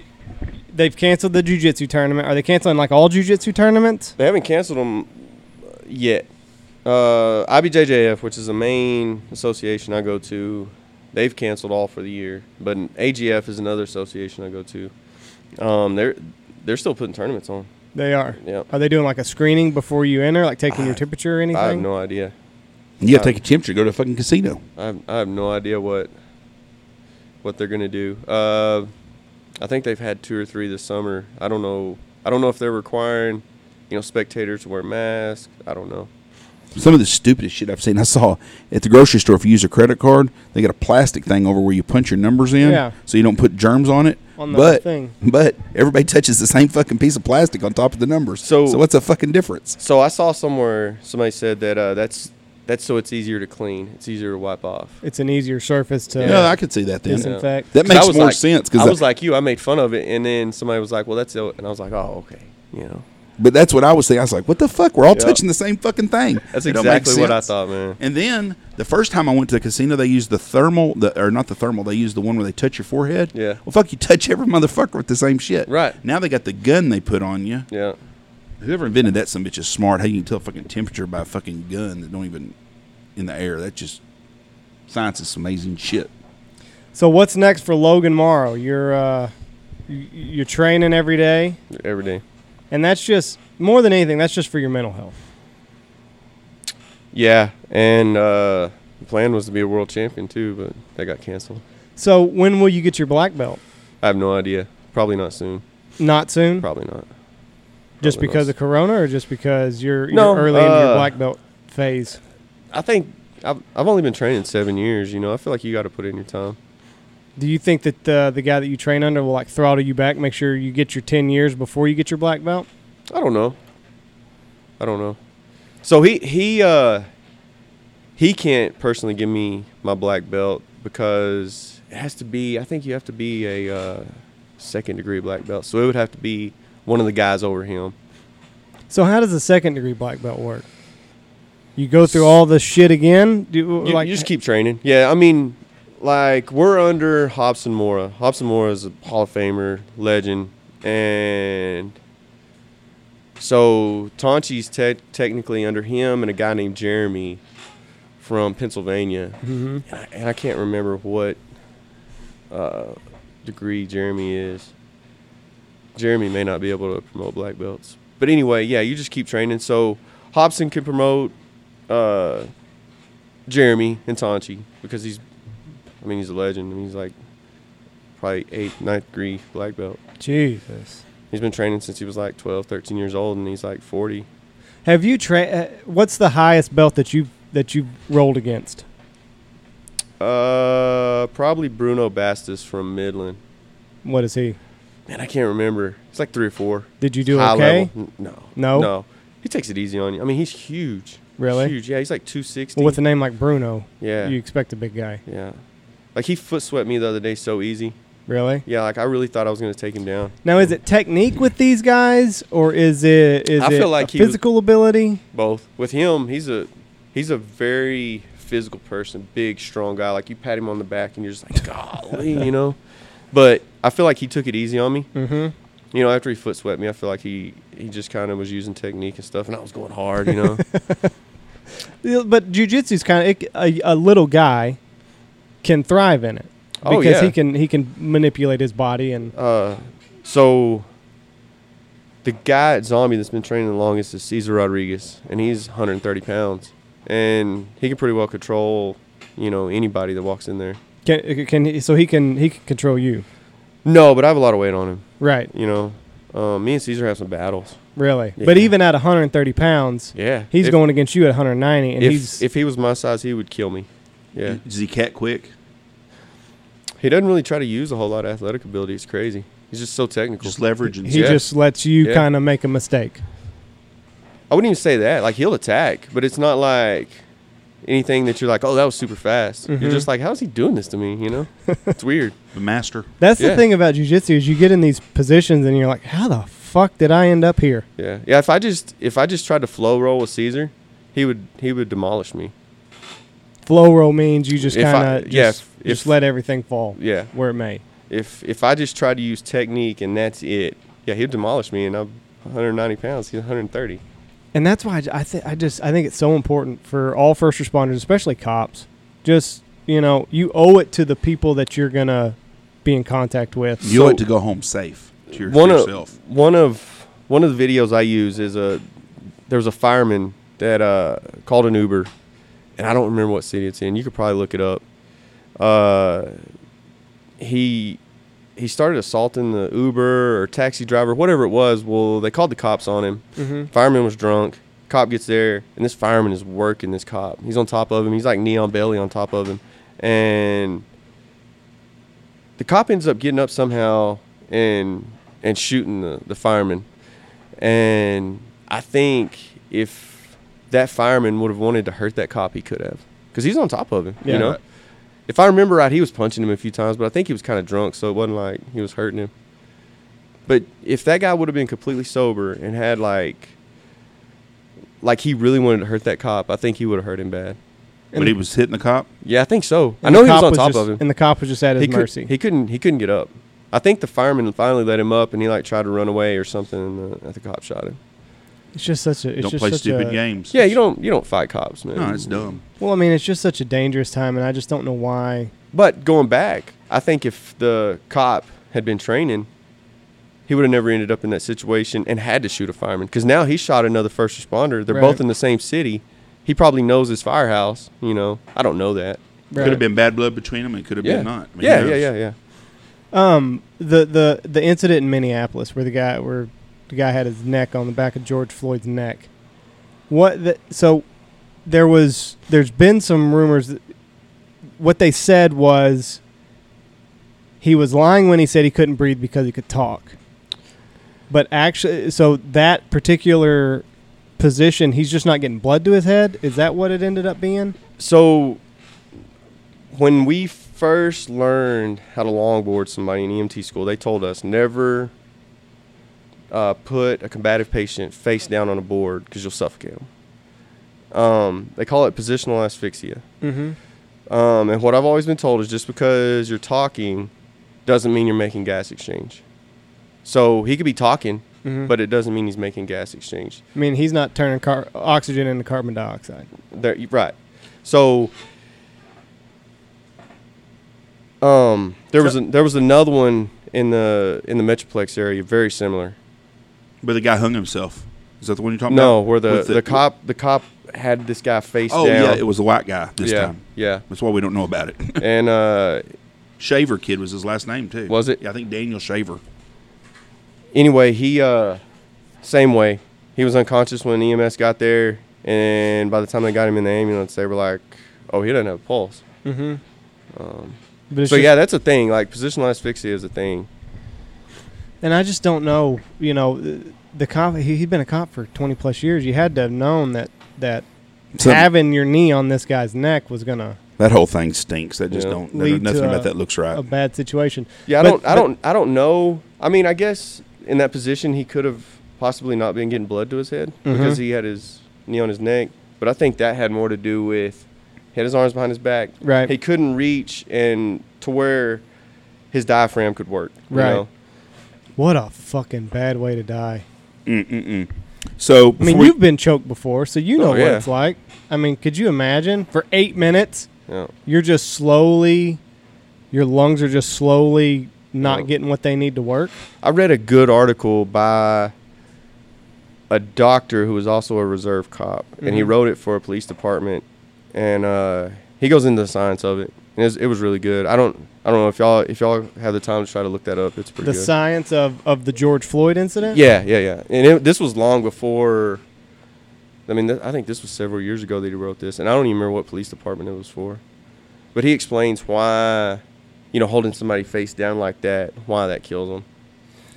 they've canceled the jujitsu tournament? Are they canceling like all jujitsu tournaments?
They haven't canceled them yet. Uh, IBJJF, which is the main association I go to, they've canceled all for the year. But an- AGF is another association I go to. Um, they're they're still putting tournaments on.
They are.
Yep.
Are they doing like a screening before you enter, like taking your temperature or anything?
I have no idea.
You got to take a temperature. Go to a fucking casino.
I have, I have no idea what what they're gonna do. Uh, I think they've had two or three this summer. I don't know. I don't know if they're requiring you know spectators to wear masks. I don't know.
Some of the stupidest shit I've seen. I saw at the grocery store if you use a credit card, they got a plastic thing over where you punch your numbers in,
Yeah.
so you don't put germs on it.
On the
but
thing.
but everybody touches the same fucking piece of plastic on top of the numbers.
So-
so what's the fucking difference?
So I saw somewhere somebody said that uh, that's that's so it's easier to clean. It's easier to wipe off.
It's an easier surface to.
Yeah, I could see that then.
Disinfect.
That
'Cause I
makes
was
more
like-
sense
I
because
was like you. I made fun of it, and then somebody was like, "Well, that's it," and I was like, "Oh, okay." You know,
But that's what I was thinking. I was like, what the fuck? We're all
Yeah.
touching the same fucking thing.
that's
It don't make
exactly what I
sense.
thought, man.
And then the first time I went to the casino, they used the thermal, the, or not the thermal, they used the one where they touch your forehead.
Yeah.
Well, fuck, you touch every motherfucker with the same shit.
Right.
Now they got the gun they put on you.
Yeah,
Whoever invented that, some bitch is smart. How you can tell fucking temperature by a fucking gun that don't even in the air? That's just science is some amazing shit.
So what's next for Logan Morrow? You're uh, you- you're training every day,
every day.
and that's just more than anything. That's just for your mental health.
Yeah, and uh, the plan was to be a world champion too, but that got canceled.
So when will you get your black belt?
I have no idea. Probably not soon.
Not
Hmm.
soon,
Probably not.
just
probably
because
not.
of Corona, or just because you're, you're
No,
early in your
uh,
black belt phase.
I think I've, I've only been training seven years. You know, I feel like you got to put in your time.
Do you think that uh, the guy that you train under will like throttle you back, make sure you get your ten years before you get your black belt?
I don't know. I don't know. So he he uh he can't personally give me my black belt because it has to be. I think you have to be a uh, second degree black belt. So it would have to be one of the guys over him.
So how does the second degree black belt work? You go through all the shit again? Do
You,
like
you just keep training. Yeah, I mean, like we're under Hobson Mora. Hobson Mora is a Hall of Famer, legend, and so Tonchi's te- technically under him and a guy named Jeremy from Pennsylvania,
Mhm.
and, I, and I can't remember what uh, degree Jeremy is. Jeremy may not be able to promote black belts, but anyway, yeah, you just keep training. So Hobson can promote. Uh, Jeremy and Tonchi because he's, I mean, he's a legend. I mean, he's like probably eighth, ninth degree black belt.
Jesus.
He's been training since he was like 12, 13 years old, and he's like 40.
Have you tra- uh, what's the highest belt that you that you've rolled against?
Uh, probably Bruno Bastos from Midland.
What is he?
Man, I can't remember. It's like three or four.
Did you do
High
okay?
level. N- No.
No?
No. He takes it easy on you. I mean, he's huge.
Really?
Huge. Yeah, he's like 260.
Well, with a name like Bruno,
yeah.
you expect a big guy.
yeah. Like he foot swept me the other day so easy.
Really?
Yeah, like I really thought I was gonna take him down.
Now is it technique with these guys or is it is
I
it
feel
a
like he was-
physical
*laughs*
ability?
both. With him, he's a he's a very physical person, big, strong guy. Like you pat him on the back and you're just like, *laughs* golly, you know. But I feel like he took it easy on me.
Mhm.
You know, after he foot swept me, I feel like he he just kind of was using technique and stuff, and I was going hard, you
*laughs*
know.
Yeah, But jujitsu's kind of a, a little guy can thrive in it because
Oh, yeah.
he can he can manipulate his body and
uh, so the guy at Zombie that's been training the longest is Cesar Rodriguez, and he's 130 pounds, and he can pretty well control, you know, anybody that walks in there.
can can he, so he can he can control you.
No, but I have a lot of weight on him.
Right.
you know, um, me and Caesar have some battles.
Really. But
Yeah.
even at 130 pounds,
Yeah,
he's
if,
going against you at 190 and
If,
he's
if he was my size, he would kill me. Yeah,
Is he cat quick?
he doesn't really try to use a whole lot of athletic ability. It's crazy. He's just so technical.
Just leverage and
he
yeah.
just lets you
Yeah.
kind of make a mistake.
I wouldn't even say that. Like he'll attack, but it's not like anything that you're like, oh, that was super fast.
Mhm.
You're just like, how's he doing this to me? You know, it's weird.
the master.
That's the
Yeah.
thing about jujitsu is you get in these positions and you're like, how the fuck did I end up here?
Yeah, yeah. If I just if I just tried to flow roll with Caesar, he would he would demolish me.
Flow roll means you just
If I-
kind of
yeah,
just,
if-
just
if-
let everything fall
Yeah.
where it may.
If if I just try to use technique and that's it, yeah, he'd demolish me. And I'm 190 pounds. He's 130.
And that's why I, j- I, thi- I just I think it's so important for all first responders, especially cops. Just you know, you owe it to the people that you're gonna be in contact with.
You
So-
ought to go home safe to, your, to
one
yourself.
of one of one of the videos I use is a there was a fireman that uh, called an Uber, and I don't remember what city it's in. You could probably look it up. Uh, he he started assaulting the Uber or taxi driver, whatever it was. Well, they called the cops on him.
hmm
Fireman was drunk. Cop gets there, and this fireman is working this cop. He's on top of him. He's like knee on belly on top of him, and the cop ends up getting up somehow and and shooting the, the fireman. And I think if that fireman would have wanted to hurt that cop, he could have, because he's on top of him.
Yeah.
You know, if I remember right, he was punching him a few times, but I think he was kind of drunk, so it wasn't like he was hurting him. But if that guy would have been completely sober and had like, like he really wanted to hurt that cop, I think he would have hurt him bad.
But he was hitting the cop.
Yeah, I think so.
And
I
the
know he was
cop
on top
just-
of him.
and the cop was just at his
he
mercy.
Could, he couldn't. He couldn't get up. uh, I think the fireman finally let him up, and he like tried to run away or something, and the, and the cop shot him.
It's just such a. It's
don't
just
play
such
stupid
a,
games.
Yeah, you don't you don't fight cops, man.
No, it's dumb.
Well, I mean, it's just such a dangerous time, and I just don't know why.
But going back, I think if the cop had been training, he would have never ended up in that situation and had to shoot a fireman because now he shot another first responder. They're
Right.
both in the same city. He probably knows his firehouse. You know, I don't know that.
Could have been bad blood between them. It could have
yeah.
been not. I mean,
yeah,
who
yeah,
knows?
yeah, yeah.
Um, the the the incident in Minneapolis where the guy where the guy had his neck on the back of George Floyd's neck. What the, so there was there's been some rumors that what they said was he was lying when he said he couldn't breathe because he could talk. But actually so that particular position he's just not getting blood to his head is that what it ended up being
So when we first learned how to longboard somebody in EMT school, they told us never uh, put a combative patient face down on a board because you'll suffocate them. Um, they call it positional asphyxia.
mm-hmm
Um, and what I've always been told is just because you're talking doesn't mean you're making gas exchange. So he could be talking,
Mhm.
but it doesn't mean he's making gas exchange.
i mean he's not turning car- oxygen into carbon dioxide
There, you- right. So, um, there was a, there was another one in the in the Metroplex area, very similar.
But the guy hung himself. Is that the one you're talking about?
No, where the,
With
the cop the cop had this guy face
Oh
down.
yeah, it was the white guy this
yeah,
time.
yeah.
That's why we don't know about it. *laughs*
And uh,
Shaver kid was his last name too.
Was it?
Yeah, I think Daniel Shaver.
anyway, he uh, same way. He was unconscious when EMS got there, and by the time they got him in the ambulance, they were like, "Oh, he doesn't have a pulse."
mm-hmm but it's
Um, so
just-
yeah, that's a thing. Like positional asphyxia is a thing.
And I just don't know, you know, th- the cop. He, he'd been a cop for twenty plus years. You had to have known that that
Some-
having your knee on this guy's neck was gonna
That whole thing stinks. That just
Yeah.
don't.
Lead
That, nothing
to
about
a-
that looks right.
a bad situation.
Uh, Yeah, I
But-
don't, I
but-
don't, I don't know. I mean, I guess in that position he could have possibly not been getting blood to his head because
Mhm.
he had his knee on his neck. But I think that had more to do with he had his arms behind his back.
Right.
He couldn't reach and to where his diaphragm could work. you
Right.
know?
What a fucking bad way to die.
Mm-mm-mm. So
I mean,
before we-
you've been choked before, so you know
Oh,
what
yeah.
it's like. I mean, could you imagine for eight minutes
Yeah.
you're just slowly, your lungs are just slowly not
Oh.
getting what they need to work.
I read a good article by a doctor who was also a reserve cop, and
Mm-hmm.
he
Mhm.
wrote it for a police department, and uh, he goes into the science of it. And it was, it was really good. I don't I don't know if y'all if y'all have the time to try to look that up. It's pretty
The
good.
science of of the George Floyd incident.
yeah, yeah, yeah. And it, this was long before. I mean, th- I think this was several years ago that he wrote this, and I don't even remember what police department it was for. But he explains why, you know, holding somebody face down like that, why that kills them.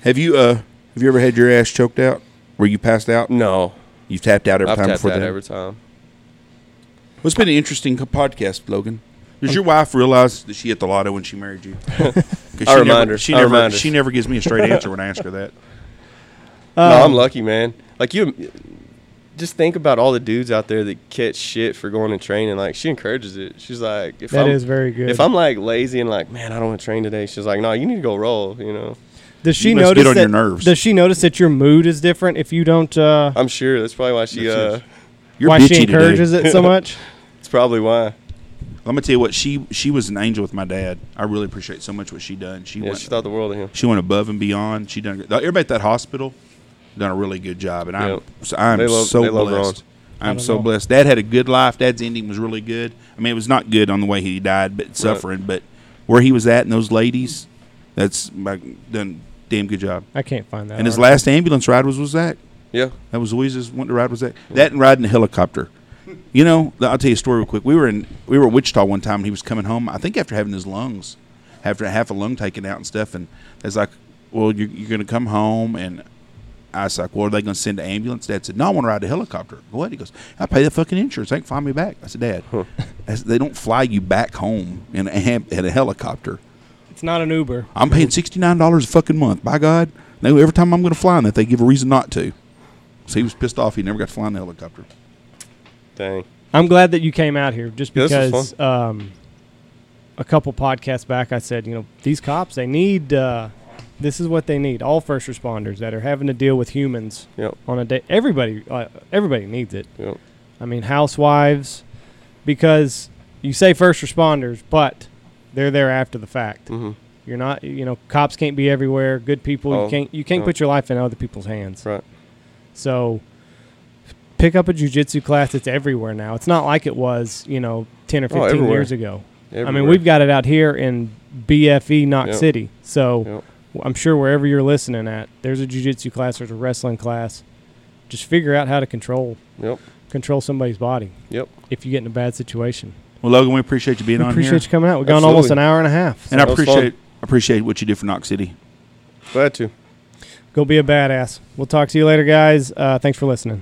have you uh have you ever had your ass choked out? Where you passed out?
No,
You've tapped out every
I've
time
tapped
before
that
that.
every time.
Well, it's been an interesting co- podcast, Logan. Does your wife realize that she hit the lotto when she married
*laughs*
you? *laughs* 'Cause she
I
never-
remind her.
She
I
never.
remind her.
she never gives me a straight answer when I ask her that.
*laughs*
no,
Um,
I'm lucky, man. Like you, just think about all the dudes out there that catch shit for going and training. Like she encourages it. She's like, if
That
I'm,
is very good.
if I'm like lazy and like, man, I don't want to train today. She's like, no, you need to go roll. You know,
Does she
You must
notice
get on
that,
your nerves.
Does she notice that your mood is different if you don't? Uh,
I'm sure that's probably why she.
That's
Uh,
it. You're
why
bitchy
she
today.
encourages it
*laughs*
so much?
it's probably why.
I'm gonna tell you what she she was an angel with my dad. I really appreciate so much what she done. She
Yeah,
went
she thought the world of him.
she went above and beyond. She done everybody at that hospital done a really good job, and I'm
Yep.
so, I'm
They love-
so
they love
blessed.
I
I'm
don't
so
know.
blessed. Dad had a good life. Dad's ending was really good. I mean, it was not good on the way he died, but suffering. But where he was at and those ladies, that's my, done damn good job.
I can't find that.
And his
article.
last ambulance ride was was that.
Yeah,
That was always his one to ride was that. That and riding a helicopter. You know, th- I'll tell you a story real quick. We were in we were at Wichita one time and he was coming home, I think after having his lungs, after half a lung taken out and stuff, and it's like, Well, you're, you're gonna come home and I was like, Well, are they gonna send an ambulance? Dad said, No, I wanna ride a helicopter. What? He goes, I pay the fucking insurance, they can fly me back. I said, Dad, I said, they don't fly you back home in a ham- in a helicopter.
It's not an Uber.
I'm paying sixty nine dollars a fucking month. By God, no. Every time I'm going to fly in that, they give a reason not to. So he was pissed off. He never got to fly in the helicopter.
dang.
I'm glad that you came out here just
Yeah, this was
because um, a couple podcasts back I said, you know, these cops they need uh, This is what they need. All first responders that are having to deal with humans
Yep.
on a day. Everybody, uh, everybody needs it.
Yep.
I mean, housewives, because you say first responders, but they're there after the fact.
hmm
You're not, you know, cops can't be everywhere. Good people,
Oh,
you can't, you can't
no.
put your life in other people's hands.
Right.
So, pick up a jujitsu class. It's everywhere now. It's not like it was, you know, ten or
Oh,
fifteen
everywhere.
years ago. I mean, we've
got
got it out here in BFE Knox
Yep.
City. So,
Yep.
w- I'm sure wherever you're listening at, there's a jujitsu class, there's a wrestling class. Just figure out how to control,
Yep.
control somebody's body.
Yep.
If you get in a bad situation,
Well, Logan, we appreciate you being
we
on
appreciate
here,
you coming out. We've gone almost
Absolutely.
an hour and a half.
and I
That was fun.
appreciate appreciate what you do for Knox City.
glad to.
Go be a badass. We'll talk to you later, guys. Uh, thanks for listening.